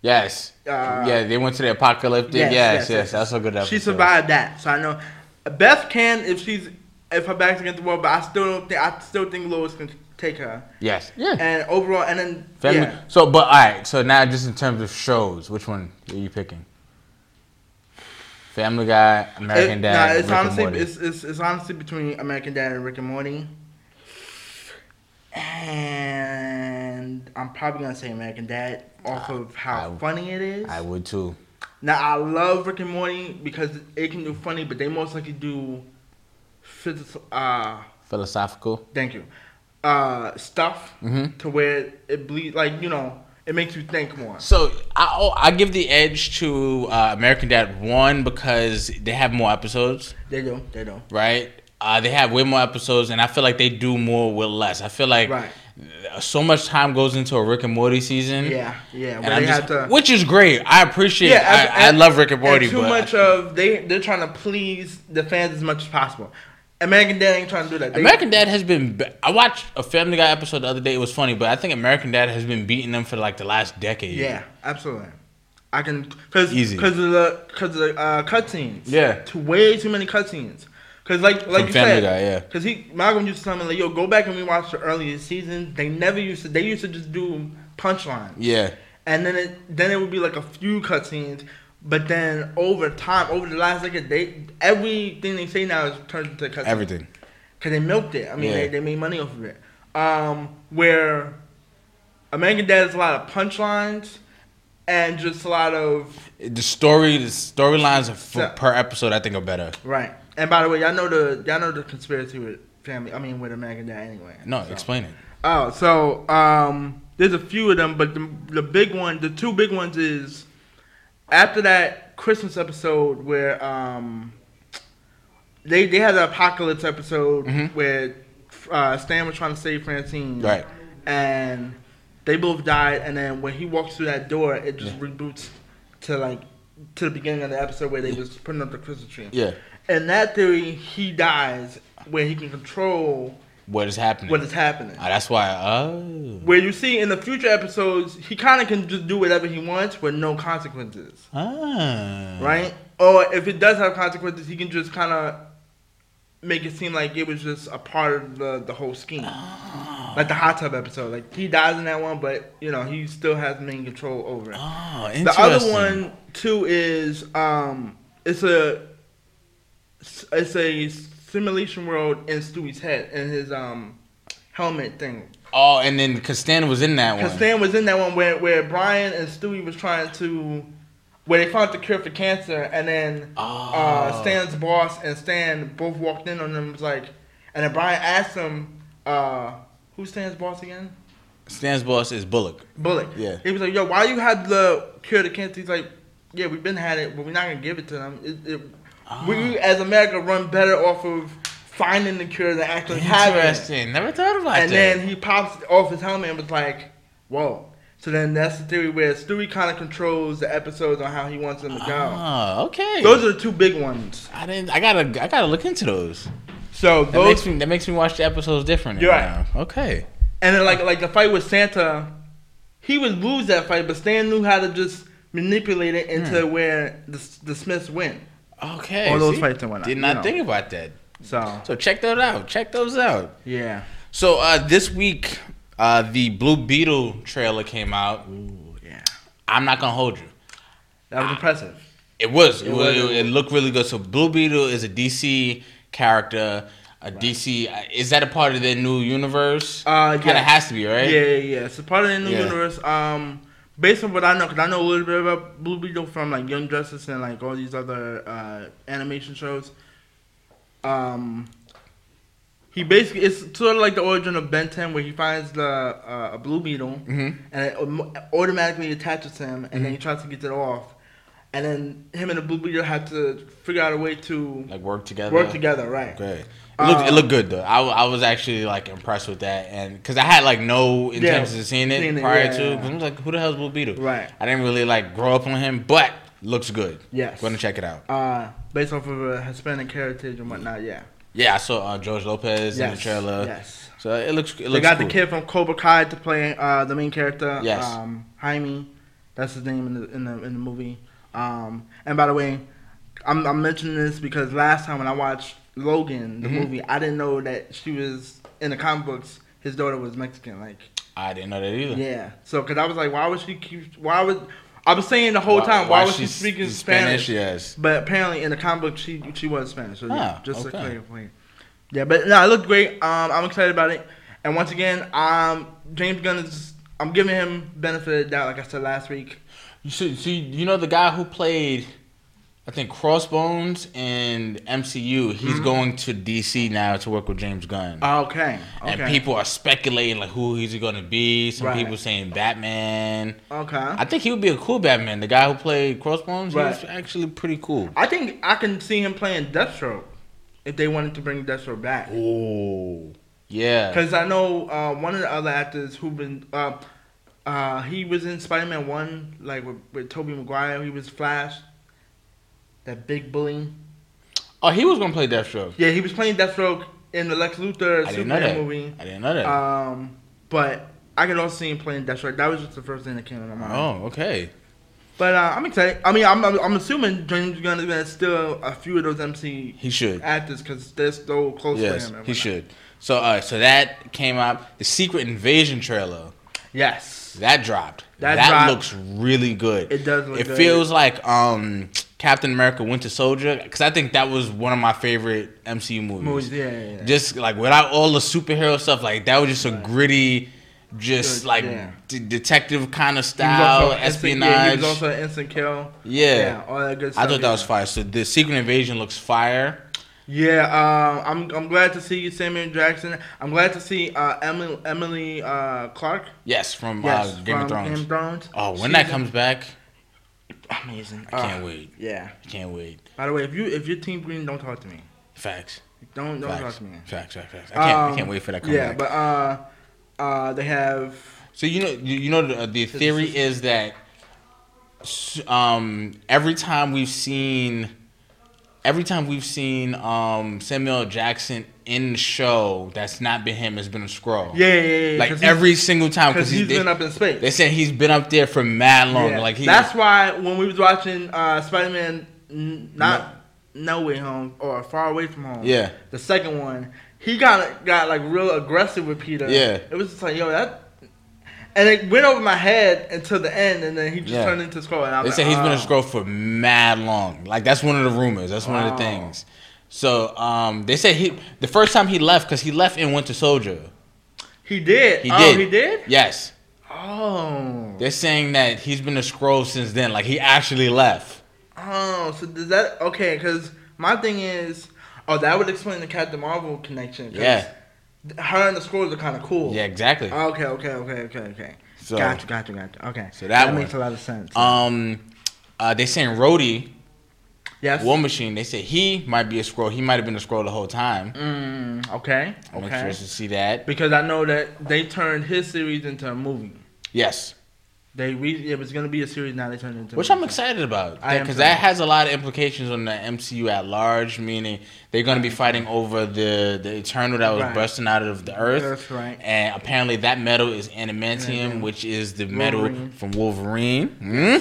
Speaker 1: Yes.
Speaker 2: Uh,
Speaker 1: yeah, they went to the apocalyptic. Yes, yes, That's a good episode.
Speaker 2: She survived that, so I know Beth can if she's if her back's against the wall, but I still don't think I still think Lois can take her.
Speaker 1: Yes. Yeah.
Speaker 2: And overall, and then
Speaker 1: Family.
Speaker 2: yeah,
Speaker 1: So, but all right. So now, just in terms of shows, which one are you picking? Family Guy, American
Speaker 2: It-
Speaker 1: Dad,
Speaker 2: nah, it's
Speaker 1: Rick and
Speaker 2: honestly
Speaker 1: Morty.
Speaker 2: it's, it's it's honestly between American Dad and Rick and Morty. And I'm probably gonna say American Dad off of how
Speaker 1: I-
Speaker 2: funny it is.
Speaker 1: I would too.
Speaker 2: Now I love Rick and Morty because it can do funny, but they most likely do, phys- uh,
Speaker 1: Philosophical.
Speaker 2: thank you, uh, stuff
Speaker 1: Mhm.
Speaker 2: to where it bleeds like you know it makes you think more.
Speaker 1: So I oh, I give the edge to uh, American Dad one because they have more episodes,
Speaker 2: They do, they do.
Speaker 1: right? Uh, they have way more episodes, and I feel like they do more with less. I feel like
Speaker 2: Right.
Speaker 1: so much time goes into a Rick and Morty season.
Speaker 2: Yeah, yeah.
Speaker 1: And
Speaker 2: where
Speaker 1: I'm
Speaker 2: they
Speaker 1: just-
Speaker 2: have to-
Speaker 1: which is great. I appreciate.
Speaker 2: Yeah,
Speaker 1: it. I, I, love Rick and Morty,
Speaker 2: and too
Speaker 1: but
Speaker 2: much of they they're trying to please the fans as much as possible. American Dad ain't trying to do that. They-
Speaker 1: American Dad has been. be- I watched a Family Guy episode the other day. It was funny, but I think American Dad has been beating them for like the last decade.
Speaker 2: Yeah, absolutely. I can because
Speaker 1: Easy.
Speaker 2: because of the because of the uh, cutscenes.
Speaker 1: Yeah.
Speaker 2: too way too many cutscenes. Cause like like you
Speaker 1: Family
Speaker 2: said,
Speaker 1: Guy, yeah.
Speaker 2: Cause he Malcolm used to tell me like, yo, go back and we watched the earlier seasons. They never used to. They used to just do punchlines.
Speaker 1: Yeah.
Speaker 2: and then it then it would be like a few cutscenes. But then over time, over the last decade, they everything they say now is turned into cutscenes.
Speaker 1: Everything.
Speaker 2: because they milked it. I mean,
Speaker 1: Yeah.
Speaker 2: they, they made money off of it. Um, where American Dad is a lot of punchlines and just a lot of
Speaker 1: The story, the storylines for
Speaker 2: So-
Speaker 1: per episode, I think are better.
Speaker 2: right. And by the way, y'all know the y'all know the conspiracy with family. I mean, with American Dad anyway.
Speaker 1: No,
Speaker 2: So-
Speaker 1: explain it.
Speaker 2: Oh, so um, there's a few of them, but the, the big one, the two big ones is after that Christmas episode where um, they they had the apocalypse episode
Speaker 1: Mhm.
Speaker 2: where uh, Stan was trying to save Francine,
Speaker 1: Right.
Speaker 2: And they both died, and then when he walks through that door, it just reboots to like to the beginning of the episode where they was putting up the Christmas tree.
Speaker 1: Yeah.
Speaker 2: In that theory, he dies where he can control
Speaker 1: What is happening?
Speaker 2: what is happening
Speaker 1: Ah, that's why. Oh.
Speaker 2: where you see in the future episodes, he kind of can just do whatever he wants with no consequences,
Speaker 1: Ah.
Speaker 2: right? Or if it does have consequences, he can just kind of make it seem like it was just a part of the, the whole scheme.
Speaker 1: Oh. Ah,
Speaker 2: Like the hot tub episode. Like he dies in that one, but you know, he still has main control over it.
Speaker 1: Oh, interesting.
Speaker 2: The other one too is um it's a it's a simulation world in Stewie's head in his um helmet thing.
Speaker 1: Oh, and then because Stan was in that
Speaker 2: Because
Speaker 1: one.
Speaker 2: Stan was in that one where, where Brian and Stewie was trying to, where they found the cure for cancer, and then
Speaker 1: Oh.
Speaker 2: uh, Stan's boss and Stan both walked in on them and was like, and then Brian asked him, uh, who's Stan's boss again?
Speaker 1: Stan's boss is Bullock.
Speaker 2: Bullock.
Speaker 1: Yeah.
Speaker 2: He was like, yo, why you had the cure to cancer? He's like, yeah, we've been had it, but we're not gonna give it to them. It, it, We
Speaker 1: Ah.
Speaker 2: as America run better off of finding the cure than actually having it
Speaker 1: Interesting. Never thought about
Speaker 2: and
Speaker 1: that.
Speaker 2: then he pops off his helmet and was like, "Whoa!" So then that's the theory where Stewie kind of controls the episodes on how he wants them to go.
Speaker 1: Oh, okay.
Speaker 2: Those are the two big ones.
Speaker 1: I didn't. I gotta. I gotta look into those.
Speaker 2: So
Speaker 1: That makes
Speaker 2: those,
Speaker 1: me. That makes me watch the episodes different.
Speaker 2: You're
Speaker 1: now. Okay.
Speaker 2: and then like like the fight with Santa, he would lose that fight, but Stan knew how to just manipulate it into
Speaker 1: Hmm.
Speaker 2: where the, the Smiths win.
Speaker 1: Okay.
Speaker 2: All those
Speaker 1: see?
Speaker 2: fights and whatnot,
Speaker 1: Did
Speaker 2: you
Speaker 1: not
Speaker 2: know.
Speaker 1: think about that.
Speaker 2: So
Speaker 1: So check those out. Check those out.
Speaker 2: yeah,
Speaker 1: So uh, this week, uh, the Blue Beetle trailer came out.
Speaker 2: Ooh, yeah,
Speaker 1: I'm not gonna hold you.
Speaker 2: that was impressive.
Speaker 1: It was. It,
Speaker 2: It
Speaker 1: was,
Speaker 2: was.
Speaker 1: It, it looked really good. So Blue Beetle is a DC character. A DC uh, is that a part of their new universe?
Speaker 2: Uh,
Speaker 1: kind
Speaker 2: yeah.
Speaker 1: of has to be, right?
Speaker 2: Yeah, yeah, yeah. So part of the new
Speaker 1: Yeah.
Speaker 2: universe. Um, based on what I know, because I know a little bit about Blue Beetle from like Young Justice and like all these other uh, animation shows. Um, he basically it's sort of like the origin of Ben 10, where he finds the uh, a Blue Beetle
Speaker 1: Mhm.
Speaker 2: and it autom- automatically attaches to him, and then he
Speaker 1: Mm-hmm.
Speaker 2: tries to get it off. And then him and the Blue Beetle have to figure out a way to
Speaker 1: Like work together.
Speaker 2: work together, right?
Speaker 1: Great. It looked, it
Speaker 2: Uh,
Speaker 1: looked good though. I, w- I was actually like impressed with that, and because I had like no intentions of seeing it
Speaker 2: seen it,
Speaker 1: prior
Speaker 2: yeah,
Speaker 1: to.
Speaker 2: yeah,
Speaker 1: 'cause
Speaker 2: yeah.
Speaker 1: I was like, who the hell's Blue Beetle?
Speaker 2: Right.
Speaker 1: I didn't really like grow up on him, but looks good.
Speaker 2: Yes.
Speaker 1: Going to check it out.
Speaker 2: Uh, based off of a Hispanic heritage and whatnot, yeah.
Speaker 1: Yeah, I saw uh, George Lopez in the trailer.
Speaker 2: Yes.
Speaker 1: So it looks. It looks
Speaker 2: They got
Speaker 1: cool.
Speaker 2: the kid from Cobra Kai to play uh, the main character.
Speaker 1: Yes.
Speaker 2: Um, Jaime, that's his name in the in the in the movie. Um, and by the way, I'm I'm mentioning this because last time when I watched Logan the
Speaker 1: Mm-hmm.
Speaker 2: movie, I didn't know that she was in the comic books. His daughter was Mexican, like
Speaker 1: I didn't know that either.
Speaker 2: yeah. So because I was like, why would she keep? Why would I was saying the whole time? Why, was she
Speaker 1: she's
Speaker 2: speaking
Speaker 1: Spanish?
Speaker 2: Spanish?
Speaker 1: Yes.
Speaker 2: But apparently in the comic book she she was Spanish. So yeah,
Speaker 1: Ah,
Speaker 2: just
Speaker 1: okay.
Speaker 2: a clear point. Yeah, but no, it looked great. Um, I'm excited about it. And once again, um, James Gunn is I'm giving him benefit of the doubt, like I said last week.
Speaker 1: You see, see, you know the guy who played, I think Crossbones and MCU. He's
Speaker 2: Mm-hmm.
Speaker 1: going to DC now to work with James Gunn.
Speaker 2: Okay. Okay.
Speaker 1: And people are speculating like who he's gonna be. Some
Speaker 2: Right.
Speaker 1: people saying Batman.
Speaker 2: okay.
Speaker 1: I
Speaker 2: I,
Speaker 1: think he would be a cool Batman. The guy who played Crossbones, he was
Speaker 2: Right.
Speaker 1: actually pretty cool.
Speaker 2: think I can see him playing Deathstroke if they wanted to bring Deathstroke back.
Speaker 1: Oh, yeah.
Speaker 2: Because I know uh, one of the other actors who've been uh, uh, he was in Spider Man One, like with, with Tobey Maguire. He was Flash, that big bully.
Speaker 1: Oh, he was gonna play Deathstroke.
Speaker 2: Yeah, he was playing Deathstroke in the Lex Luthor
Speaker 1: I didn't know
Speaker 2: Superman
Speaker 1: that.
Speaker 2: movie.
Speaker 1: I didn't know that.
Speaker 2: Um, but I could also see him playing Deathstroke. That was just the first thing that came to my mind.
Speaker 1: oh, okay.
Speaker 2: But uh, I'm excited. I mean, I'm, I'm, I'm assuming James Gunn is gonna steal a few of those MC
Speaker 1: He should.
Speaker 2: actors because they're so close to him.
Speaker 1: Yes,
Speaker 2: and
Speaker 1: he
Speaker 2: whatnot.
Speaker 1: should. So, all right. So that came out. The Secret Invasion trailer.
Speaker 2: Yes.
Speaker 1: That dropped.
Speaker 2: That
Speaker 1: That,
Speaker 2: dropped.
Speaker 1: looks really good.
Speaker 2: It does look
Speaker 1: It
Speaker 2: good.
Speaker 1: feels like um, Captain America: Winter Soldier because I think that was one of my favorite MCU movies.
Speaker 2: Movies, yeah, yeah, yeah.
Speaker 1: Just like without all the superhero stuff, like that was just a gritty, just
Speaker 2: Good,
Speaker 1: like
Speaker 2: yeah.
Speaker 1: d- detective kind of
Speaker 2: He was
Speaker 1: style,
Speaker 2: also an instant-
Speaker 1: espionage.
Speaker 2: Yeah, he was also an instant kill.
Speaker 1: Yeah.
Speaker 2: all that good stuff.
Speaker 1: I thought that
Speaker 2: yeah.
Speaker 1: was fire. So the Secret Invasion looks fire.
Speaker 2: Yeah, um, I'm I'm glad to see Samuel Jackson. I'm glad to see uh, Emily Emily uh, Clark.
Speaker 1: Yes, from
Speaker 2: Yes,
Speaker 1: uh, Game
Speaker 2: from
Speaker 1: of Thrones.
Speaker 2: Game of Thrones.
Speaker 1: Oh, when
Speaker 2: She's
Speaker 1: that comes back,
Speaker 2: amazing. Uh,
Speaker 1: I can't wait.
Speaker 2: Yeah.
Speaker 1: I can't wait.
Speaker 2: By the way, if you if you're Team Green, don't talk to me.
Speaker 1: Facts.
Speaker 2: Don't don't talk
Speaker 1: Facts.
Speaker 2: to me.
Speaker 1: Facts. Facts. Facts. I can't. I
Speaker 2: Um,
Speaker 1: can't wait for that. Comeback.
Speaker 2: Yeah, but uh, uh, they have
Speaker 1: So you know, you you know, the, the theory is that s- um, every time we've seen, every time we've seen um, Samuel Jackson in the show, that's not been him. It's been a scroll.
Speaker 2: yeah, yeah, yeah, yeah
Speaker 1: Like every single time,
Speaker 2: because
Speaker 1: because
Speaker 2: he's
Speaker 1: they,
Speaker 2: been up in space.
Speaker 1: They said he's been up there for mad long.
Speaker 2: Yeah.
Speaker 1: Like he,
Speaker 2: that's why when we was watching uh, Spider Man, not no. Way Home or Far Away from Home.
Speaker 1: Yeah.
Speaker 2: the second one, he got got like real aggressive with Peter.
Speaker 1: Yeah.
Speaker 2: it was just like yo that. And it went over my head until the end, and then he just
Speaker 1: Yeah.
Speaker 2: turned into Scroll. And I
Speaker 1: They
Speaker 2: was
Speaker 1: say
Speaker 2: like,
Speaker 1: he's been
Speaker 2: oh.
Speaker 1: a scroll for mad long. Like that's one of the rumors. That's one of the
Speaker 2: Wow.
Speaker 1: things. So um, they say he the first time he left because he left in Winter Soldier.
Speaker 2: He did.
Speaker 1: He
Speaker 2: oh,
Speaker 1: did.
Speaker 2: He did.
Speaker 1: Yes.
Speaker 2: Oh.
Speaker 1: They're saying that he's been a scroll since then. Like he actually left.
Speaker 2: Oh, so does that okay? Because my thing is, oh, that would explain the Captain Marvel connection. 'cause
Speaker 1: Yeah.
Speaker 2: Her and the scrolls are kind of cool.
Speaker 1: Yeah, exactly.
Speaker 2: Okay, okay, okay, okay, okay.
Speaker 1: So-
Speaker 2: gotcha, gotcha, gotcha. Okay.
Speaker 1: So that one.
Speaker 2: makes a lot of sense.
Speaker 1: Um, uh, they saying Rhodey,
Speaker 2: yes.
Speaker 1: War Machine. They say he might be a scroll. He might have been a scroll the whole time.
Speaker 2: Mm, okay.
Speaker 1: I'm
Speaker 2: Okay.
Speaker 1: interested to see that.
Speaker 2: Because I know that they turned his series into a movie.
Speaker 1: Yes,
Speaker 2: They re- it was gonna be a series now. They turned it into. a
Speaker 1: which I'm
Speaker 2: movie.
Speaker 1: excited about
Speaker 2: I am
Speaker 1: because
Speaker 2: too.
Speaker 1: that has a lot of implications on the MCU at large. Meaning they're going to be fighting over the the Eternal that was
Speaker 2: Right.
Speaker 1: bursting out of the Earth.
Speaker 2: Earth, right.
Speaker 1: And apparently that metal is adamantium,
Speaker 2: Adamantium.
Speaker 1: which is the metal
Speaker 2: Wolverine.
Speaker 1: from Wolverine. Hmm?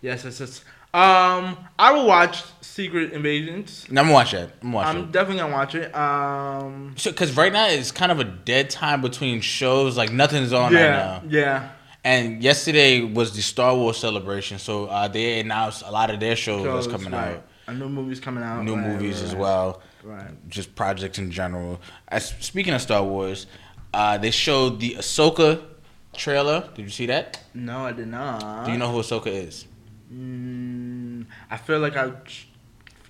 Speaker 2: Yes, yes, yes. Um, I will watch Secret Invasions.
Speaker 1: Now I'm gonna watch that. I'm gonna watch it.
Speaker 2: I'm definitely gonna watch it. Um.
Speaker 1: because right now it's kind of a dead time between shows. Like nothing's on
Speaker 2: Yeah.
Speaker 1: right now.
Speaker 2: Yeah.
Speaker 1: And yesterday was the Star Wars celebration, so uh, they announced a lot of their shows that's
Speaker 2: shows,
Speaker 1: coming
Speaker 2: right.
Speaker 1: out,
Speaker 2: A new movie's coming out.
Speaker 1: new
Speaker 2: right,
Speaker 1: movies
Speaker 2: right,
Speaker 1: as well,
Speaker 2: Right.
Speaker 1: just projects in general. As, speaking of Star Wars, uh, they showed the Ahsoka trailer. Did you see that?
Speaker 2: No, I did not.
Speaker 1: Do you know who Ahsoka is?
Speaker 2: Mm, I feel like I.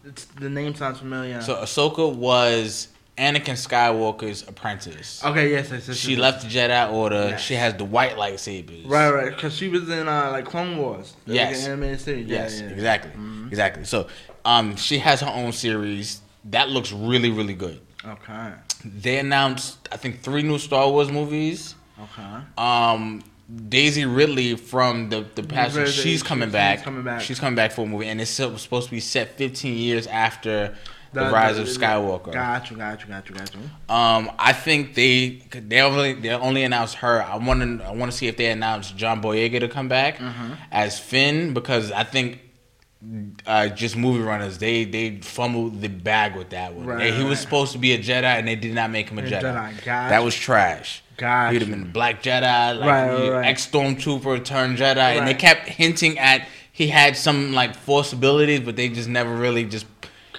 Speaker 2: It's, the name sounds familiar.
Speaker 1: So Ahsoka was Anakin Skywalker's apprentice.
Speaker 2: okay, yes, yes, yes.
Speaker 1: She
Speaker 2: yes,
Speaker 1: left the Jedi Order.
Speaker 2: Oh, Yes.
Speaker 1: She has the white lightsabers.
Speaker 2: yes. Right, right, because she was in uh, like Clone Wars. That was
Speaker 1: Yes.
Speaker 2: an animated series. Yeah,
Speaker 1: Yes,
Speaker 2: yeah, Mm-hmm. yeah.
Speaker 1: exactly, exactly. So, um, she has her own series that looks really, really good.
Speaker 2: Okay,
Speaker 1: They announced, I think, three new Star Wars movies.
Speaker 2: okay.
Speaker 1: Um, Daisy Ridley from the the past,
Speaker 2: Ridley,
Speaker 1: she's coming
Speaker 2: she's
Speaker 1: back.
Speaker 2: coming back.
Speaker 1: She's coming back for a movie, and it's sup- supposed to be set 15 years after the,
Speaker 2: The-
Speaker 1: Rise
Speaker 2: the-
Speaker 1: of
Speaker 2: the-
Speaker 1: Skywalker.
Speaker 2: Got you, got you, got you, got you.
Speaker 1: Um, I think they they only they only announced her. I want to I want to see if they announce John Boyega to come back
Speaker 2: Mm-hmm.
Speaker 1: as Finn because I think uh, just movie runners they they fumbled the bag with that one. They- he
Speaker 2: Right.
Speaker 1: was supposed to be a Jedi and they did not make him a
Speaker 2: A
Speaker 1: Jedi.
Speaker 2: Jedi, gotcha.
Speaker 1: That was trash.
Speaker 2: Gotcha.
Speaker 1: He'd have been Black Jedi, like
Speaker 2: Right, right, right.
Speaker 1: ex stormtrooper turned Jedi, and they
Speaker 2: Right.
Speaker 1: kept hinting at he had some like force abilities, but they just never really just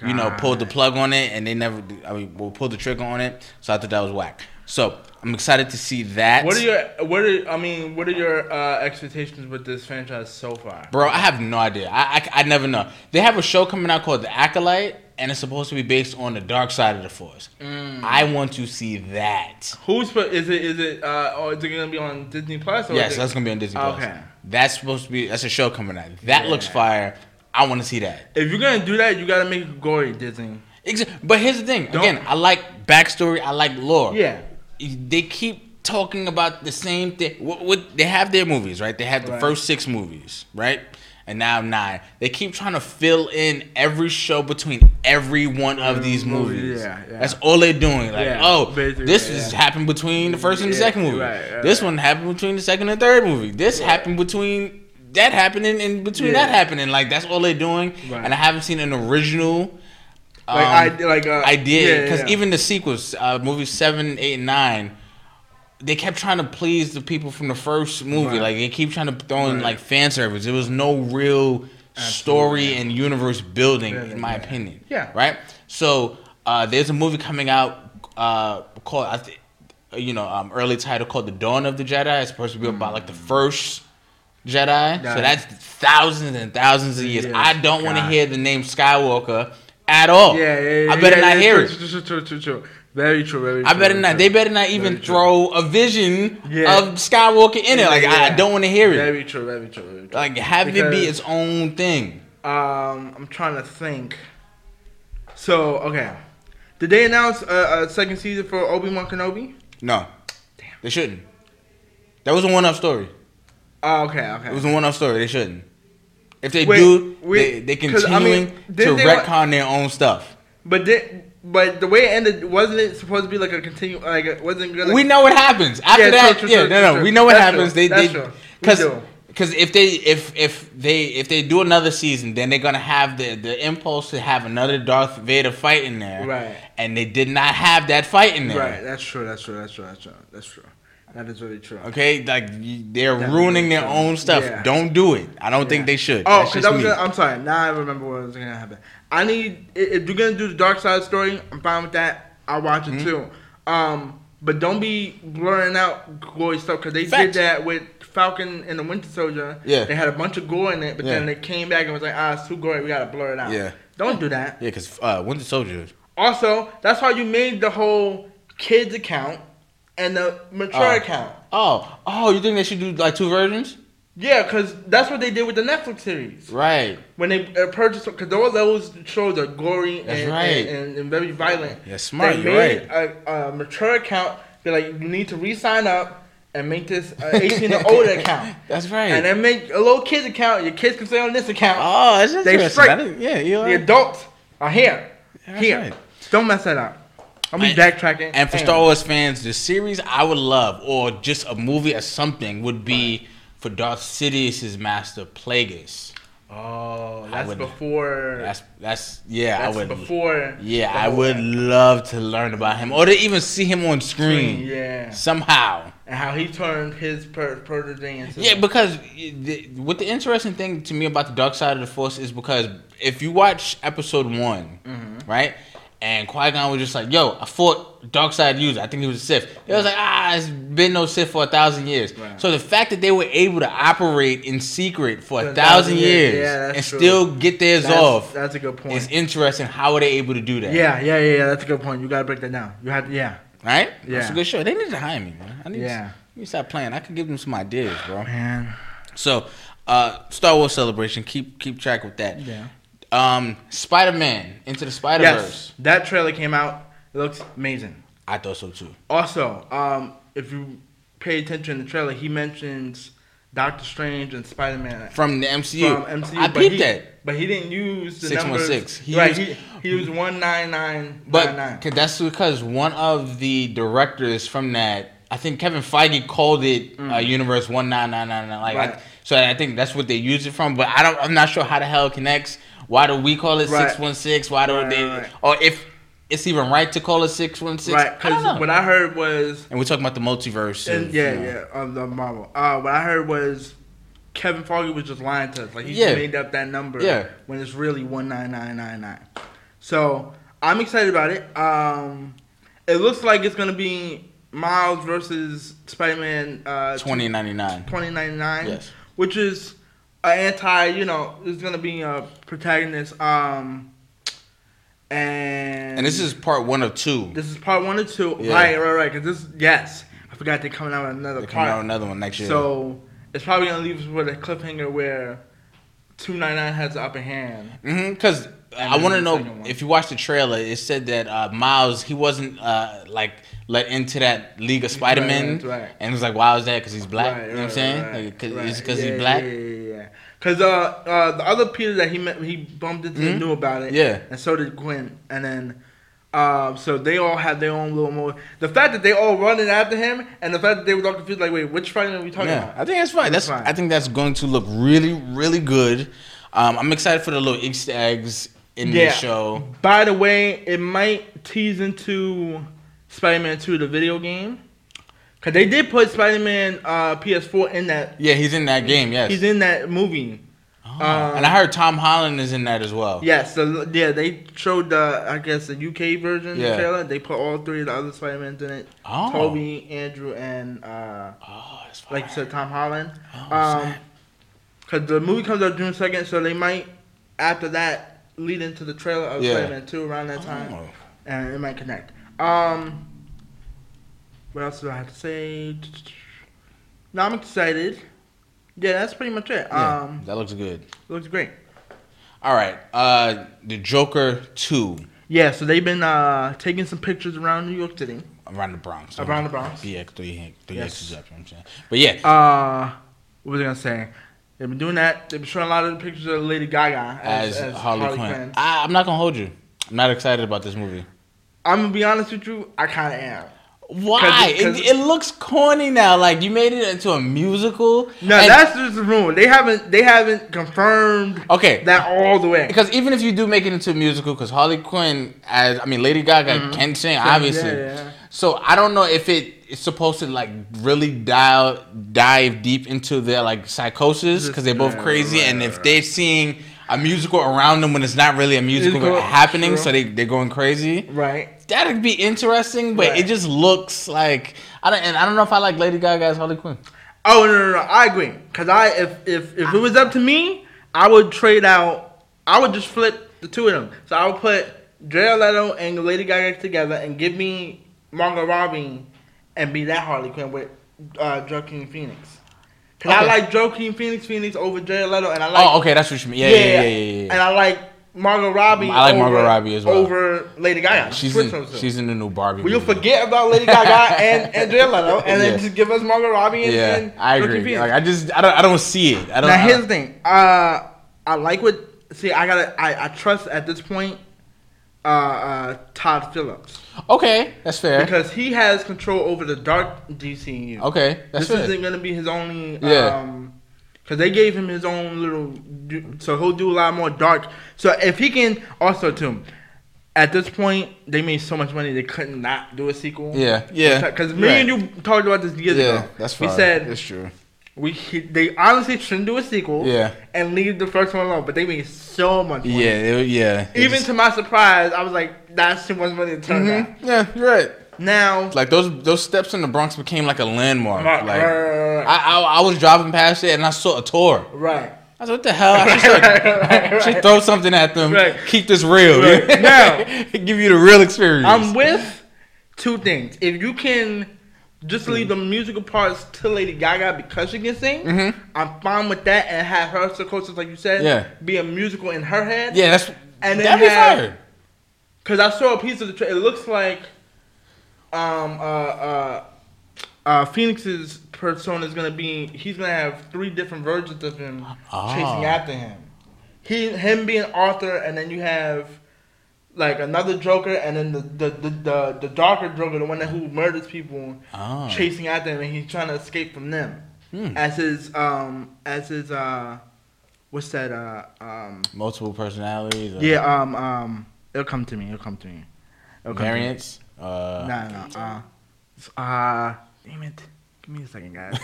Speaker 1: you know pulled the
Speaker 2: Got it.
Speaker 1: plug on it, and they never I mean well pulled the trigger on it. So I thought that was whack. So I'm excited to see that.
Speaker 2: What are your, what are, I mean, what are your uh, expectations with this franchise so far?
Speaker 1: Bro, I have no idea. I, I, I never know. They have a show coming out called The Acolyte, and it's supposed to be based on the dark side of the force.
Speaker 2: Mm.
Speaker 1: I want to see that.
Speaker 2: Who's put? Is it? Is it? Uh, or is it gonna be on Disney Plus? Or
Speaker 1: yes,
Speaker 2: is it,
Speaker 1: that's gonna be on Disney Plus.
Speaker 2: Okay.
Speaker 1: That's supposed to be that's a show coming out. That looks
Speaker 2: Yeah.
Speaker 1: fire. I want to see that.
Speaker 2: If you're gonna do that, you gotta make it gory, Disney.
Speaker 1: Ex- But here's the thing.
Speaker 2: Don't-
Speaker 1: Again, I like backstory. I like lore.
Speaker 2: Yeah.
Speaker 1: They keep talking about the same thing. What, what they have their movies, right? They have the
Speaker 2: Right.
Speaker 1: first six movies, right? And now nine. They keep trying to fill in every show between every one of these
Speaker 2: Movie,
Speaker 1: movies.
Speaker 2: yeah, yeah.
Speaker 1: That's all they're doing. Like,
Speaker 2: Yeah,
Speaker 1: oh,
Speaker 2: basically,
Speaker 1: this
Speaker 2: yeah.
Speaker 1: is happened between the first and the
Speaker 2: Yeah,
Speaker 1: second movie.
Speaker 2: right, right,
Speaker 1: this
Speaker 2: right.
Speaker 1: one happened between the second and third movie. This
Speaker 2: Yeah.
Speaker 1: happened between that happening and between
Speaker 2: Yeah.
Speaker 1: that happening. Like that's all they're doing.
Speaker 2: Right.
Speaker 1: And I haven't seen an original
Speaker 2: Like
Speaker 1: um,
Speaker 2: I like uh,
Speaker 1: I did
Speaker 2: yeah,
Speaker 1: because
Speaker 2: yeah.
Speaker 1: even the sequels, uh, movies seven, eight, and nine, they kept trying to please the people from the first movie.
Speaker 2: Right.
Speaker 1: Like they keep trying to throw in
Speaker 2: Right.
Speaker 1: like fan service. There was no real story and universe building, in
Speaker 2: Building,
Speaker 1: my
Speaker 2: yeah.
Speaker 1: opinion.
Speaker 2: Yeah.
Speaker 1: Right. So uh, there's a movie coming out uh, called I th- you know um, early title called The Dawn of the Jedi. It's supposed to be about like the first Jedi.
Speaker 2: Mm. Got
Speaker 1: So
Speaker 2: it.
Speaker 1: that's thousands and thousands of years.
Speaker 2: Yes,
Speaker 1: I don't want to
Speaker 2: God.
Speaker 1: hear the name Skywalker at all.
Speaker 2: Yeah, yeah, yeah.
Speaker 1: I better
Speaker 2: yeah,
Speaker 1: not
Speaker 2: yeah,
Speaker 1: hear
Speaker 2: true,
Speaker 1: it.
Speaker 2: True, true, true, true, true. Very true, very
Speaker 1: I
Speaker 2: true,
Speaker 1: better
Speaker 2: very
Speaker 1: not.
Speaker 2: true.
Speaker 1: They better not even
Speaker 2: Very true.
Speaker 1: throw a vision
Speaker 2: Yeah.
Speaker 1: of Skywalker in it. Like I- I
Speaker 2: Yeah.
Speaker 1: don't want to hear it.
Speaker 2: Very true, very true, very true.
Speaker 1: Like have it be
Speaker 2: Because-
Speaker 1: its own thing.
Speaker 2: Um, I'm trying to think. So okay, did they announce a, a second season for Obi Wan Kenobi?
Speaker 1: No, they shouldn't. That was a one-off story.
Speaker 2: Oh, okay, okay.
Speaker 1: It was a one-off story. They shouldn't. If they
Speaker 2: Wait,
Speaker 1: do,
Speaker 2: wait,
Speaker 1: they, they
Speaker 2: 'cause, I
Speaker 1: continuing
Speaker 2: mean,
Speaker 1: to
Speaker 2: didn't they want-
Speaker 1: retcon their own stuff.
Speaker 2: but did but the way it ended wasn't it supposed to be like a continue like it wasn't gonna
Speaker 1: we know what happens after
Speaker 2: Yeah, true,
Speaker 1: that.
Speaker 2: true,
Speaker 1: yeah,
Speaker 2: true,
Speaker 1: no, no,
Speaker 2: true,
Speaker 1: we
Speaker 2: true.
Speaker 1: know what
Speaker 2: That's
Speaker 1: happens.
Speaker 2: true,
Speaker 1: They,
Speaker 2: that's
Speaker 1: they,
Speaker 2: true. We
Speaker 1: because
Speaker 2: do.
Speaker 1: because if they if if they if they do another season, then they're gonna have the the impulse to have another Darth Vader fight in there.
Speaker 2: Right.
Speaker 1: And they did not have that fight in there.
Speaker 2: right. That's true. That's true. That's true. That's true. That's true. That is really true.
Speaker 1: Okay, like you- they're
Speaker 2: That
Speaker 1: ruining
Speaker 2: makes
Speaker 1: their
Speaker 2: sense.
Speaker 1: own stuff.
Speaker 2: Yeah.
Speaker 1: Don't do it. I don't
Speaker 2: Yeah.
Speaker 1: think they should.
Speaker 2: Oh,
Speaker 1: That's
Speaker 2: because
Speaker 1: just
Speaker 2: I'm,
Speaker 1: me.
Speaker 2: gonna- I'm sorry. Now I remember what was gonna happen. I need i- if you're gonna do the dark side story, I'm fine with that. I'll watch
Speaker 1: Mm-hmm.
Speaker 2: it too. Um, but don't be blurring out gory stuff because they
Speaker 1: Facts.
Speaker 2: did that with Falcon and the Winter Soldier.
Speaker 1: Yeah.
Speaker 2: they had a bunch of gore in it, but then
Speaker 1: Yeah.
Speaker 2: they came back and was like, ah, it's too gory. We gotta blur it out.
Speaker 1: Yeah.
Speaker 2: don't do that.
Speaker 1: yeah, because uh, Winter Soldier.
Speaker 2: Also, that's why you made the whole kids account and the mature
Speaker 1: Oh.
Speaker 2: account.
Speaker 1: Oh, oh, you think they should do like two versions?
Speaker 2: Yeah, because that's what they did with the Netflix series.
Speaker 1: Right.
Speaker 2: when they uh, purchased because all those shows are gory
Speaker 1: That's
Speaker 2: and,
Speaker 1: right.
Speaker 2: and, and, and very violent.
Speaker 1: Yeah, smart,
Speaker 2: They
Speaker 1: you're
Speaker 2: made a, a mature account. They're like, you need to re-sign up and make this
Speaker 1: [LAUGHS]
Speaker 2: uh, 18 and older account,
Speaker 1: That's right.
Speaker 2: and then make a little kids account. Your kids can stay on this account.
Speaker 1: oh, that's
Speaker 2: They
Speaker 1: interesting.
Speaker 2: straight.
Speaker 1: I didn't- Yeah, you
Speaker 2: the adults are here.
Speaker 1: That's
Speaker 2: here,
Speaker 1: right.
Speaker 2: don't mess that up. I'm
Speaker 1: And-
Speaker 2: backtracking.
Speaker 1: And for
Speaker 2: Hang
Speaker 1: Star
Speaker 2: on.
Speaker 1: Wars fans, the series I would love, or just a movie or something, would be for Darth Sidious's master Plagueis.
Speaker 2: oh,
Speaker 1: I
Speaker 2: that's
Speaker 1: would-
Speaker 2: before. That's,
Speaker 1: That's that's yeah, I would.
Speaker 2: before.
Speaker 1: yeah,
Speaker 2: the
Speaker 1: I
Speaker 2: whole-
Speaker 1: would love to learn about him, or to even see him on screen.
Speaker 2: Yeah.
Speaker 1: somehow.
Speaker 2: And how he turned his per- protege into
Speaker 1: Yeah, because the, what the interesting thing to me about the dark side of the force is because if you watch episode one,
Speaker 2: Mm-hmm.
Speaker 1: right, and Qui Gon was just like, "Yo, I fought dark side user. I think he was a Sith." It was like, "Ah, it's been no Sith for a thousand years."
Speaker 2: Right.
Speaker 1: So the fact that they were able to operate in secret for
Speaker 2: For
Speaker 1: a thousand years,
Speaker 2: yeah, that's
Speaker 1: and
Speaker 2: true.
Speaker 1: still get theirs
Speaker 2: that's,
Speaker 1: off
Speaker 2: That's a good point.
Speaker 1: is interesting. How are they able to do that?
Speaker 2: Yeah, yeah, yeah, yeah. That's a good point. You gotta break that down. You had, yeah,
Speaker 1: right. that's
Speaker 2: Yeah.
Speaker 1: a good show. They need to hire me, man. I need
Speaker 2: Yeah.
Speaker 1: to. You stop playing. I could give them some ideas,
Speaker 2: [LAUGHS]
Speaker 1: bro.
Speaker 2: man.
Speaker 1: So, uh, Star Wars Celebration. Keep keep track with that.
Speaker 2: Yeah.
Speaker 1: Um, Spider Man into the Spider Verse.
Speaker 2: Yes, that trailer came out. It looks amazing.
Speaker 1: I thought so too.
Speaker 2: Also, um, if you pay attention to the trailer, he mentions Doctor Strange and Spider Man
Speaker 1: From the MCU.
Speaker 2: from MCU.
Speaker 1: I
Speaker 2: but
Speaker 1: peeped
Speaker 2: he,
Speaker 1: that.
Speaker 2: but he didn't use the
Speaker 1: 616.
Speaker 2: numbers.
Speaker 1: He
Speaker 2: right,
Speaker 1: used- Mm.
Speaker 2: he, he used one nine nine
Speaker 1: But
Speaker 2: nine nine.
Speaker 1: 'cause that's because one of the directors from that, I think Kevin Feige called it uh, Universe One Nine Nine Nine Nine. Like, I-
Speaker 2: Mm. Right.
Speaker 1: so I think that's what they use it from. But I don't. I'm not sure how the hell it connects. Why do we call it
Speaker 2: Right.
Speaker 1: Six One Six? Why do
Speaker 2: Right,
Speaker 1: they?
Speaker 2: right, right.
Speaker 1: Or if it's even right to call it Six One Six?
Speaker 2: Right, because what I heard was
Speaker 1: And we're talking about the multiverse.
Speaker 2: And
Speaker 1: of,
Speaker 2: yeah,
Speaker 1: you know,
Speaker 2: yeah, of the Marvel. Uh, what I heard was Kevin Feige was just lying to us. Like he
Speaker 1: Yeah.
Speaker 2: just made up that number.
Speaker 1: Yeah.
Speaker 2: When it's really one nine nine nine nine. So I'm excited about it. Um, it looks like it's gonna be Miles versus Spider Man. Uh,
Speaker 1: Twenty ninety nine.
Speaker 2: twenty ninety nine.
Speaker 1: Yes.
Speaker 2: Which is a anti. You know, is gonna be a protagonist. Um, and
Speaker 1: And this is part one of two.
Speaker 2: this is part one or two.
Speaker 1: Yeah.
Speaker 2: Right, right, right. Cause this yes. I forgot they're coming out with another
Speaker 1: They're coming
Speaker 2: part.
Speaker 1: out with another one next year.
Speaker 2: So it's probably gonna leave us with a cliffhanger where two nine nine has the upper hand.
Speaker 1: because Mm-hmm, I
Speaker 2: then
Speaker 1: want to
Speaker 2: the
Speaker 1: know
Speaker 2: second one.
Speaker 1: if you watch the trailer, it said that uh, Miles he wasn't uh, like let into that League of Spider Men,
Speaker 2: Right, right.
Speaker 1: and it was like, why is that? Because he's black.
Speaker 2: Right,
Speaker 1: you know what I'm
Speaker 2: right,
Speaker 1: saying?
Speaker 2: right,
Speaker 1: Like, 'cause-
Speaker 2: right.
Speaker 1: It's because
Speaker 2: Yeah,
Speaker 1: he's black.
Speaker 2: Yeah, yeah, yeah. Because uh, uh, the other Peter that he met, he bumped into
Speaker 1: Mhm.
Speaker 2: knew about it.
Speaker 1: Yeah.
Speaker 2: And so did Gwen. And then, uh, so they all had their own little moment. The fact that they all running after him, and the fact that they were all confused, like, wait, which fight are we talking
Speaker 1: Yeah, I
Speaker 2: about?
Speaker 1: think that's fine. That's
Speaker 2: That's
Speaker 1: fine.
Speaker 2: fine.
Speaker 1: I think that's going to look really, really good. Um, I'm excited for the little Easter eggs in
Speaker 2: Yeah.
Speaker 1: the show.
Speaker 2: By the way, it might tease into Spider Man Two, the video game. Cause they did put Spider Man uh, PS4 in that.
Speaker 1: Yeah, he's in that game. Yes.
Speaker 2: He's in that movie.
Speaker 1: Oh, and I heard Tom Holland is in that as well.
Speaker 2: Yes, the, yeah, they showed the I guess the UK version
Speaker 1: Yeah.
Speaker 2: trailer. They put all three of the other Spider Mans in it:
Speaker 1: Oh.
Speaker 2: Toby, Andrew, and uh,
Speaker 1: Oh, that's fire.
Speaker 2: like you said, Tom Holland.
Speaker 1: Oh,
Speaker 2: Um
Speaker 1: snap.
Speaker 2: 'cause the movie comes out June second, so they might after that lead into the trailer of
Speaker 1: Yeah.
Speaker 2: Spider Man Two around that time,
Speaker 1: Oh.
Speaker 2: and it might connect. Um, what else do I have to say? No, I'm excited. Yeah, that's pretty much it.
Speaker 1: Yeah,
Speaker 2: Um,
Speaker 1: that looks good.
Speaker 2: looks great.
Speaker 1: All right. Uh, the Joker two
Speaker 2: Yeah, so they've been uh, taking some pictures around New York City.
Speaker 1: around the Bronx.
Speaker 2: Around the Bronx.
Speaker 1: BX three three
Speaker 2: Yes.
Speaker 1: X's up. You know what I'm saying. But yeah,
Speaker 2: Uh, what was I gonna say? They've been doing that. They've been showing a lot of the pictures of Lady Gaga
Speaker 1: as, Harley, Quinn, I, I'm not gonna hold you. I'm not excited about this movie.
Speaker 2: I'm gonna be honest with you. I kind of am.
Speaker 1: Why?
Speaker 2: Cause- cause-
Speaker 1: it, it looks corny now. Like you made it into a musical.
Speaker 2: No,
Speaker 1: and-
Speaker 2: that's just the rumor. They haven't. They haven't confirmed
Speaker 1: okay.
Speaker 2: that all the way.
Speaker 1: Oh. because even if you do make it into a musical, because Harley Quinn, as I mean, Lady Gaga can sing, obviously.
Speaker 2: Mm-hmm. yeah, yeah.
Speaker 1: So I don't know if it is supposed to like really dial dive deep into their like psychosis because they're both
Speaker 2: Yeah,
Speaker 1: crazy,
Speaker 2: right,
Speaker 1: and if
Speaker 2: right,
Speaker 1: they're seeing a musical around them when it's not really a musical
Speaker 2: go-
Speaker 1: happening,
Speaker 2: true.
Speaker 1: so they they're going crazy.
Speaker 2: Right.
Speaker 1: That'd be interesting, but
Speaker 2: Right.
Speaker 1: it just looks like I don't. And I don't know if I like Lady Gaga as Harley Quinn.
Speaker 2: Oh no, no, no. I agree. Cause I, if if if it was up to me, I would trade out. I would just flip the two of them. So I would put Jared Leto and Lady Gaga together, and give me Margot Robbie, and be that Harley Quinn with uh, Joaquin Phoenix. Cause I
Speaker 1: Okay.
Speaker 2: like Joaquin Phoenix Phoenix over Jared Leto, and I like
Speaker 1: Oh, okay, that's what you mean. Yeah, yeah, yeah, yeah. yeah, yeah.
Speaker 2: and I like Margot Robbie.
Speaker 1: I like
Speaker 2: over,
Speaker 1: Margot Robbie as well.
Speaker 2: over Lady Gaga.
Speaker 1: She's
Speaker 2: Switch
Speaker 1: in,
Speaker 2: those two.
Speaker 1: she's in the new Barbie.
Speaker 2: Will you
Speaker 1: movie.
Speaker 2: forget about Lady Gaga and, and Jared Leto, and
Speaker 1: Yeah.
Speaker 2: then just give us Margot Robbie and,
Speaker 1: Yeah,
Speaker 2: and
Speaker 1: I
Speaker 2: Joaquin
Speaker 1: agree.
Speaker 2: Phoenix.
Speaker 1: Like, I just I don't I don't see it. I don't.
Speaker 2: now
Speaker 1: I
Speaker 2: here's
Speaker 1: don't
Speaker 2: the thing. Uh, I like what. See, I gotta. I, I trust at this point. Uh, uh, Todd Phillips
Speaker 1: okay, that's fair.
Speaker 2: because he has control over the dark DCU.
Speaker 1: okay, that's
Speaker 2: this
Speaker 1: fair.
Speaker 2: isn't gonna be his only.
Speaker 1: Yeah.
Speaker 2: Um, because they gave him his own little. du- So he'll do a lot more dark. So if he can also too. At this point, they made so much money they couldn't not do a sequel.
Speaker 1: Yeah, yeah.
Speaker 2: Because me and you talked about this years
Speaker 1: Yeah,
Speaker 2: ago.
Speaker 1: that's
Speaker 2: We
Speaker 1: fine.
Speaker 2: said
Speaker 1: that's true.
Speaker 2: we should- they honestly shouldn't do a sequel.
Speaker 1: Yeah.
Speaker 2: And leave the first one alone, but they made so much money.
Speaker 1: Yeah, it- yeah. It
Speaker 2: Even
Speaker 1: just-
Speaker 2: to my surprise, I was like, "That's too much money to turn down."
Speaker 1: Mhm. yeah, you're right.
Speaker 2: Now,
Speaker 1: Like those those steps in the Bronx became like a landmark.
Speaker 2: Right,
Speaker 1: Like
Speaker 2: right, right, right.
Speaker 1: I, I I was driving past it and I saw a tour.
Speaker 2: right,
Speaker 1: I was like, what the hell? I should,
Speaker 2: [LAUGHS] Right, right, right.
Speaker 1: should throw something at them.
Speaker 2: Right.
Speaker 1: Keep this real. [LAUGHS]
Speaker 2: Right. Now-
Speaker 1: give you the real experience.
Speaker 2: I'm with two things. If you can just leave the musical parts to Lady Gaga because she can sing,
Speaker 1: Mhm.
Speaker 2: I'm fine with that, and have her psychosis, like you said,
Speaker 1: Yeah.
Speaker 2: be a musical in her head.
Speaker 1: yeah, that's
Speaker 2: And then
Speaker 1: that'd be
Speaker 2: have-
Speaker 1: fire.
Speaker 2: Cause I saw a piece of the. Tra- it looks like, um, uh, uh, uh, Phoenix's persona is gonna be. He's gonna have three different versions of him
Speaker 1: Ah.
Speaker 2: chasing after him. He, him being Arthur, and then you have, like, another Joker, and then the the the, the, the darker Joker, the one that who murders people,
Speaker 1: Ah.
Speaker 2: chasing after him, and he's trying to escape from them.
Speaker 1: Hmm.
Speaker 2: As his um, as his uh, what's that uh um.
Speaker 1: Multiple personalities. uh,
Speaker 2: Yeah, um, um, it'll come to me. It'll come to me. It'll come
Speaker 1: variants.
Speaker 2: To
Speaker 1: Uh,
Speaker 2: me. Nah, nah. Uh, s- uh, damn it. Give me a
Speaker 1: [LAUGHS]
Speaker 2: second, guys.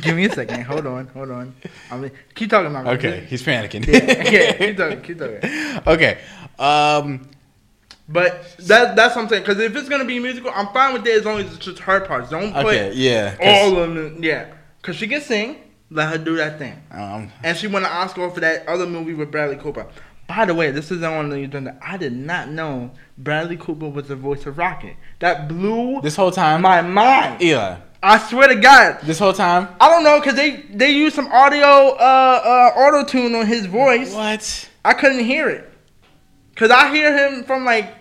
Speaker 2: Give me a second. Hold on. Hold on. I mean, keep talking about.
Speaker 1: Okay, he's panicking.
Speaker 2: Yeah, yeah, keep talking. Keep talking.
Speaker 1: [LAUGHS] okay. Um,
Speaker 2: But that that's what I'm saying. Because if it's gonna be musical, I'm fine with it as long as it's just her parts. Don't put
Speaker 1: okay, yeah. 'cause,
Speaker 2: all of them. Yeah, because she can sing. Let her do that thing.
Speaker 1: um,
Speaker 2: And she won an Oscar for that other movie with Bradley Cooper. By the way, this is on the agenda. I did not know Bradley Cooper was the voice of Rocket. That blew
Speaker 1: this whole time,
Speaker 2: my mind.
Speaker 1: Eli.
Speaker 2: I swear to God.
Speaker 1: This whole time,
Speaker 2: I don't know because they they used some audio uh, uh auto tune on his voice.
Speaker 1: what?
Speaker 2: I couldn't hear it because I hear him from like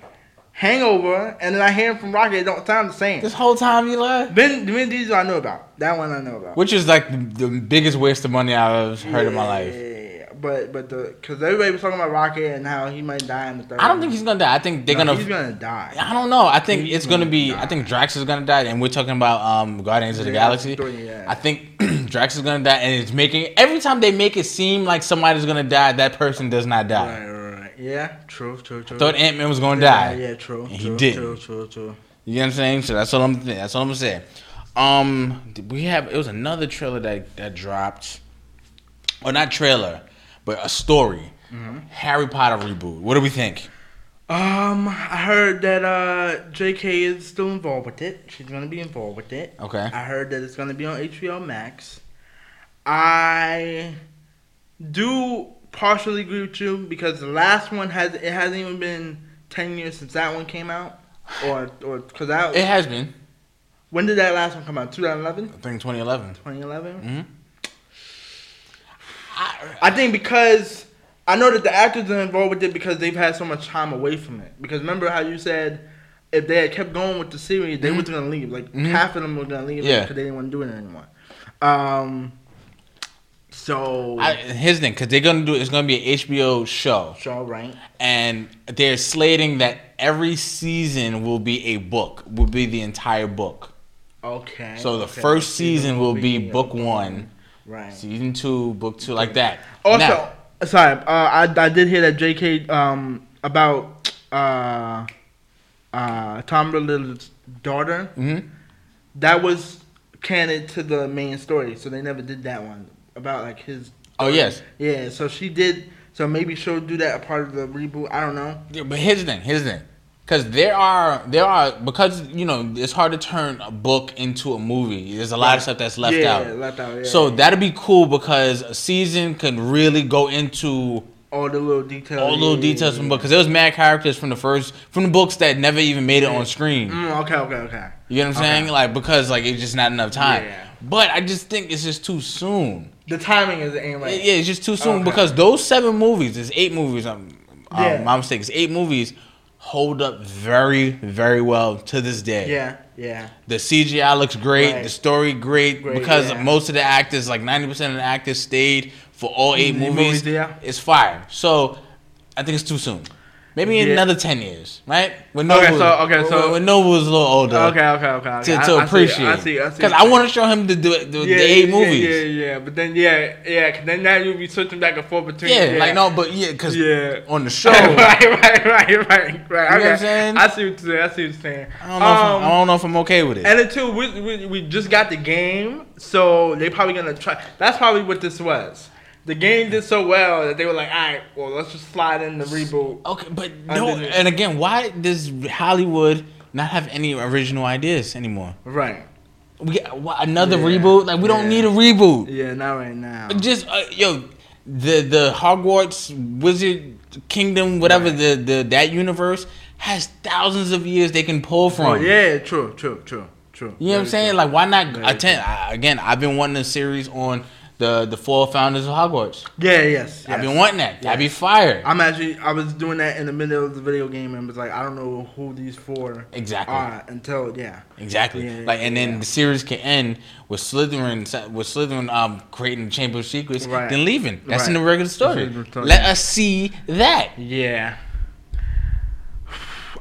Speaker 2: Hangover, and then I hear him from Rocket. It don't sound the same.
Speaker 1: This whole time, Eli.
Speaker 2: Ben Ben Diesel I know about. That one I know about.
Speaker 1: Which is like the, the biggest waste of money I've heard in my life.
Speaker 2: Yeah, but but the because everybody was talking about Rocket and how he might die in the third.
Speaker 1: I don't
Speaker 2: one.
Speaker 1: think he's gonna die. I think they're
Speaker 2: No,
Speaker 1: gonna.
Speaker 2: He's gonna die.
Speaker 1: I don't know. I think
Speaker 2: He's
Speaker 1: it's gonna,
Speaker 2: gonna
Speaker 1: be.
Speaker 2: die.
Speaker 1: I think Drax is gonna die, and we're talking about um, Guardians of the
Speaker 2: Yeah,
Speaker 1: Galaxy.
Speaker 2: three, yeah.
Speaker 1: I think [CLEARS THROAT] Drax is gonna die, and it's making every time they make it seem like somebody's gonna die, that person does not die.
Speaker 2: Right, right, right. Yeah, true, true, true.
Speaker 1: Thought Ant Man was gonna
Speaker 2: yeah,
Speaker 1: die.
Speaker 2: Yeah, true.
Speaker 1: And he
Speaker 2: true,
Speaker 1: didn't.
Speaker 2: True, true, true.
Speaker 1: You know what I'm saying? So that's all I'm. That's all I'm saying. Um, we have it was another trailer that that dropped, or not trailer, but a story.
Speaker 2: Mm-hmm.
Speaker 1: Harry Potter reboot. What do we think?
Speaker 2: Um, I heard that uh, J.K. is still involved with it. She's gonna be involved with it.
Speaker 1: Okay.
Speaker 2: I heard that it's gonna be on HBO Max. I do partially agree with you because the last one has it hasn't even been ten years since that one came out, or or because that
Speaker 1: It has been.
Speaker 2: when did that last one come out? 2011,
Speaker 1: I think 2011.
Speaker 2: 2011.
Speaker 1: hmm
Speaker 2: I think because I know that the actors are involved with it because they've had so much time away from it. Because remember how you said if they had kept going with the series, they
Speaker 1: Mhm.
Speaker 2: was gonna leave. Like
Speaker 1: Mhm.
Speaker 2: half of them were gonna leave
Speaker 1: Yeah.
Speaker 2: because they didn't want to do it anymore. Um, so
Speaker 1: I, here's the thing, because they're gonna do it's gonna be an HBO show,
Speaker 2: so right,
Speaker 1: and they're slating that every season will be a book, will be the entire book.
Speaker 2: okay.
Speaker 1: So the
Speaker 2: okay.
Speaker 1: first season will be
Speaker 2: uh,
Speaker 1: book one,
Speaker 2: right?
Speaker 1: season two, book two, like that.
Speaker 2: Also,
Speaker 1: Now-
Speaker 2: sorry, uh, I I did hear that J.K. um about uh uh Tom Riddle's daughter.
Speaker 1: Mhm.
Speaker 2: that was canon to the main story, so they never did that one about like his.
Speaker 1: Oh yes,
Speaker 2: Yeah, so she did. So maybe she'll do that a part of the reboot. I don't know.
Speaker 1: Yeah, but here's the thing. Here's the thing. Because there are there are because you know it's hard to turn a book into a movie. There's a lot of stuff that's left
Speaker 2: yeah,
Speaker 1: out.
Speaker 2: left out. Yeah.
Speaker 1: so that'd be cool because a season could really go into
Speaker 2: all the little details.
Speaker 1: all little
Speaker 2: yeah,
Speaker 1: details
Speaker 2: yeah,
Speaker 1: from the book because there was mad characters from the first from the books that never even made it on screen.
Speaker 2: yeah. Mm, okay, okay, okay.
Speaker 1: You know what I'm
Speaker 2: Okay.
Speaker 1: saying? Like because like it's just not enough time.
Speaker 2: Yeah.
Speaker 1: But I just think it's just too soon.
Speaker 2: The timing is ain't
Speaker 1: Yeah,
Speaker 2: right.
Speaker 1: yeah, it's just too soon
Speaker 2: Okay.
Speaker 1: because those seven movies, there's eight movies. Um, um,
Speaker 2: Yeah.
Speaker 1: my mistake. It's eight movies. Hold up very, very well to this day.
Speaker 2: Yeah, yeah,
Speaker 1: The CGI looks great.
Speaker 2: Right.
Speaker 1: The story great,
Speaker 2: Great,
Speaker 1: because
Speaker 2: yeah.
Speaker 1: most of the actors, like ninety percent of the actors, stayed for all eight
Speaker 2: Mm,
Speaker 1: movies.
Speaker 2: movies, yeah.
Speaker 1: It's fire. So I think it's too soon. Maybe in
Speaker 2: Yeah.
Speaker 1: another ten years, right? When Nova,
Speaker 2: Okay, so- okay,
Speaker 1: when-
Speaker 2: so-
Speaker 1: when Nova was a little older,
Speaker 2: Okay, okay, okay. okay.
Speaker 1: to,
Speaker 2: I-
Speaker 1: to
Speaker 2: I see,
Speaker 1: appreciate.
Speaker 2: I see. I see.
Speaker 1: Because I, want to show him the, the, the,
Speaker 2: Yeah,
Speaker 1: the eight
Speaker 2: yeah,
Speaker 1: movies.
Speaker 2: Yeah, yeah, but then yeah, yeah. 'cause then now you'll be switching back and forth between.
Speaker 1: Yeah, like no, but yeah, because
Speaker 2: Yeah.
Speaker 1: on the show,
Speaker 2: [LAUGHS] right,
Speaker 1: I
Speaker 2: right, right, right, right.
Speaker 1: You know
Speaker 2: okay.
Speaker 1: what I'm saying?
Speaker 2: I see what you're saying. I see what you're saying.
Speaker 1: don't know, if I'm, I
Speaker 2: Um,
Speaker 1: don't know if I'm okay with it.
Speaker 2: and then too, we, we, we just got the game, so they probably gonna try. That's probably what this was. The game did so well that they were like, all right, well, let's just slide in the reboot.
Speaker 1: okay, but no,
Speaker 2: Underneath.
Speaker 1: and again, why does Hollywood not have any original ideas anymore?
Speaker 2: Right.
Speaker 1: We get why, another
Speaker 2: Yeah,
Speaker 1: reboot? Like we don't
Speaker 2: yeah.
Speaker 1: need a reboot.
Speaker 2: Yeah, not right now.
Speaker 1: Just uh, yo, the the Hogwarts Wizard Kingdom, whatever the the that universe has thousands of years they can pull from.
Speaker 2: Oh, yeah, true, true, true, true.
Speaker 1: You know what I'm
Speaker 2: Very
Speaker 1: saying?
Speaker 2: true.
Speaker 1: Like, why not
Speaker 2: Very
Speaker 1: attend? I, again, I've been wanting a series on the the four founders of Hogwarts.
Speaker 2: yeah, yes.
Speaker 1: I've
Speaker 2: yes.
Speaker 1: been wanting that. That'd be fire.
Speaker 2: I'm actually I was doing that in the middle of the video game and was like I don't know who these four
Speaker 1: Exactly.
Speaker 2: are until yeah.
Speaker 1: Exactly.
Speaker 2: Yeah,
Speaker 1: like, and then
Speaker 2: yeah.
Speaker 1: the series can end with Slytherin sa- with Slytherin um creating the Chamber of Secrets,
Speaker 2: Right.
Speaker 1: then leaving. That's in the
Speaker 2: Right.
Speaker 1: regular story.
Speaker 2: Regular story.
Speaker 1: Let us see that.
Speaker 2: Yeah. [SIGHS]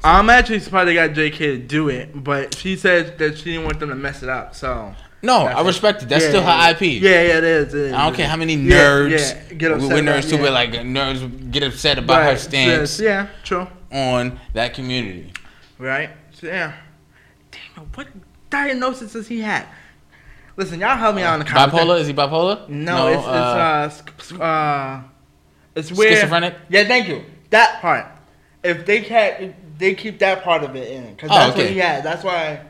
Speaker 2: I'm actually surprised they got JK to do it, but she said that she didn't want them to mess it up. So
Speaker 1: No,
Speaker 2: That's
Speaker 1: I
Speaker 2: it.
Speaker 1: respect it. That's
Speaker 2: Yeah,
Speaker 1: still
Speaker 2: yeah,
Speaker 1: her IP.
Speaker 2: Yeah, yeah, it is. It is
Speaker 1: I
Speaker 2: it
Speaker 1: don't care
Speaker 2: is.
Speaker 1: how many
Speaker 2: Yeah,
Speaker 1: nerds.
Speaker 2: yeah, Get upset.
Speaker 1: We're nerds
Speaker 2: about-
Speaker 1: too,
Speaker 2: yeah.
Speaker 1: but like nerds get upset about her
Speaker 2: Right,
Speaker 1: stance
Speaker 2: yes, Yeah, true.
Speaker 1: on that community.
Speaker 2: Right. So, yeah. Damn it! What diagnosis does he have? Listen, y'all help me out in the comments.
Speaker 1: Bipolar? Is he bipolar?
Speaker 2: No, it's, it's uh, sc- uh, it's weird.
Speaker 1: Schizophrenic?
Speaker 2: Yeah, thank you. That part. If they can't, if they keep that part of it in, because
Speaker 1: Oh,
Speaker 2: that's
Speaker 1: okay.
Speaker 2: what he had. That's why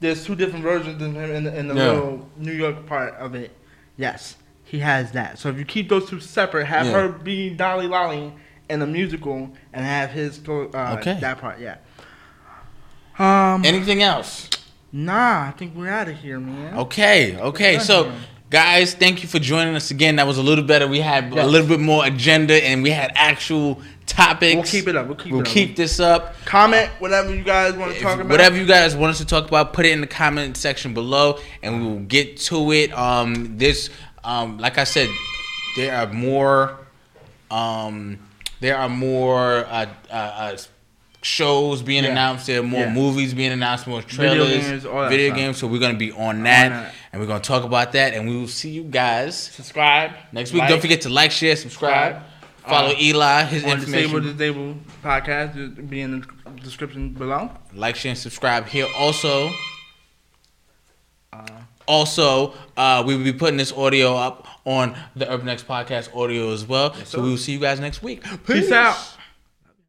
Speaker 2: there's two different versions of him in the, in the
Speaker 1: Yeah.
Speaker 2: little New York part of it. Yes, he has that. So if you keep those two separate, have
Speaker 1: Yeah.
Speaker 2: her be Dolly Lolly in the musical, and have his go- uh,
Speaker 1: Okay.
Speaker 2: that part. Yeah. Um.
Speaker 1: Anything else?
Speaker 2: nah, I think we're out of here, man.
Speaker 1: Okay, okay.
Speaker 2: done
Speaker 1: So,
Speaker 2: here.
Speaker 1: guys, thank you for joining us again. That was a little better. We had a
Speaker 2: Yes.
Speaker 1: little bit more agenda, and we had actual topics.
Speaker 2: We'll keep it up. We'll keep
Speaker 1: We'll
Speaker 2: it up.
Speaker 1: keep this up.
Speaker 2: Comment whatever you guys want to
Speaker 1: If-
Speaker 2: talk about.
Speaker 1: whatever you guys want us to talk about, put it in the comment section below, and we will get to it. Um, this, um, like I said, there are more, um, there are more uh, uh, uh, shows being
Speaker 2: Yeah.
Speaker 1: announced. There are more
Speaker 2: Yeah.
Speaker 1: movies being announced, more
Speaker 2: Video
Speaker 1: trailers,
Speaker 2: games, all that
Speaker 1: video
Speaker 2: stuff.
Speaker 1: games. So we're gonna be on that,
Speaker 2: that.
Speaker 1: and we're gonna talk about that, and we will see you guys
Speaker 2: subscribe
Speaker 1: next week.
Speaker 2: like,
Speaker 1: Don't forget to like, share, subscribe, follow
Speaker 2: Uh,
Speaker 1: Eli. His
Speaker 2: on disabled
Speaker 1: information.
Speaker 2: disabled podcast it'll be in the description below
Speaker 1: Like, share, and subscribe here also.
Speaker 2: uh,
Speaker 1: Also, uh, we will be putting this audio up on the Urban X Podcast audio as well. so we will see you guys next week.
Speaker 2: Peace out.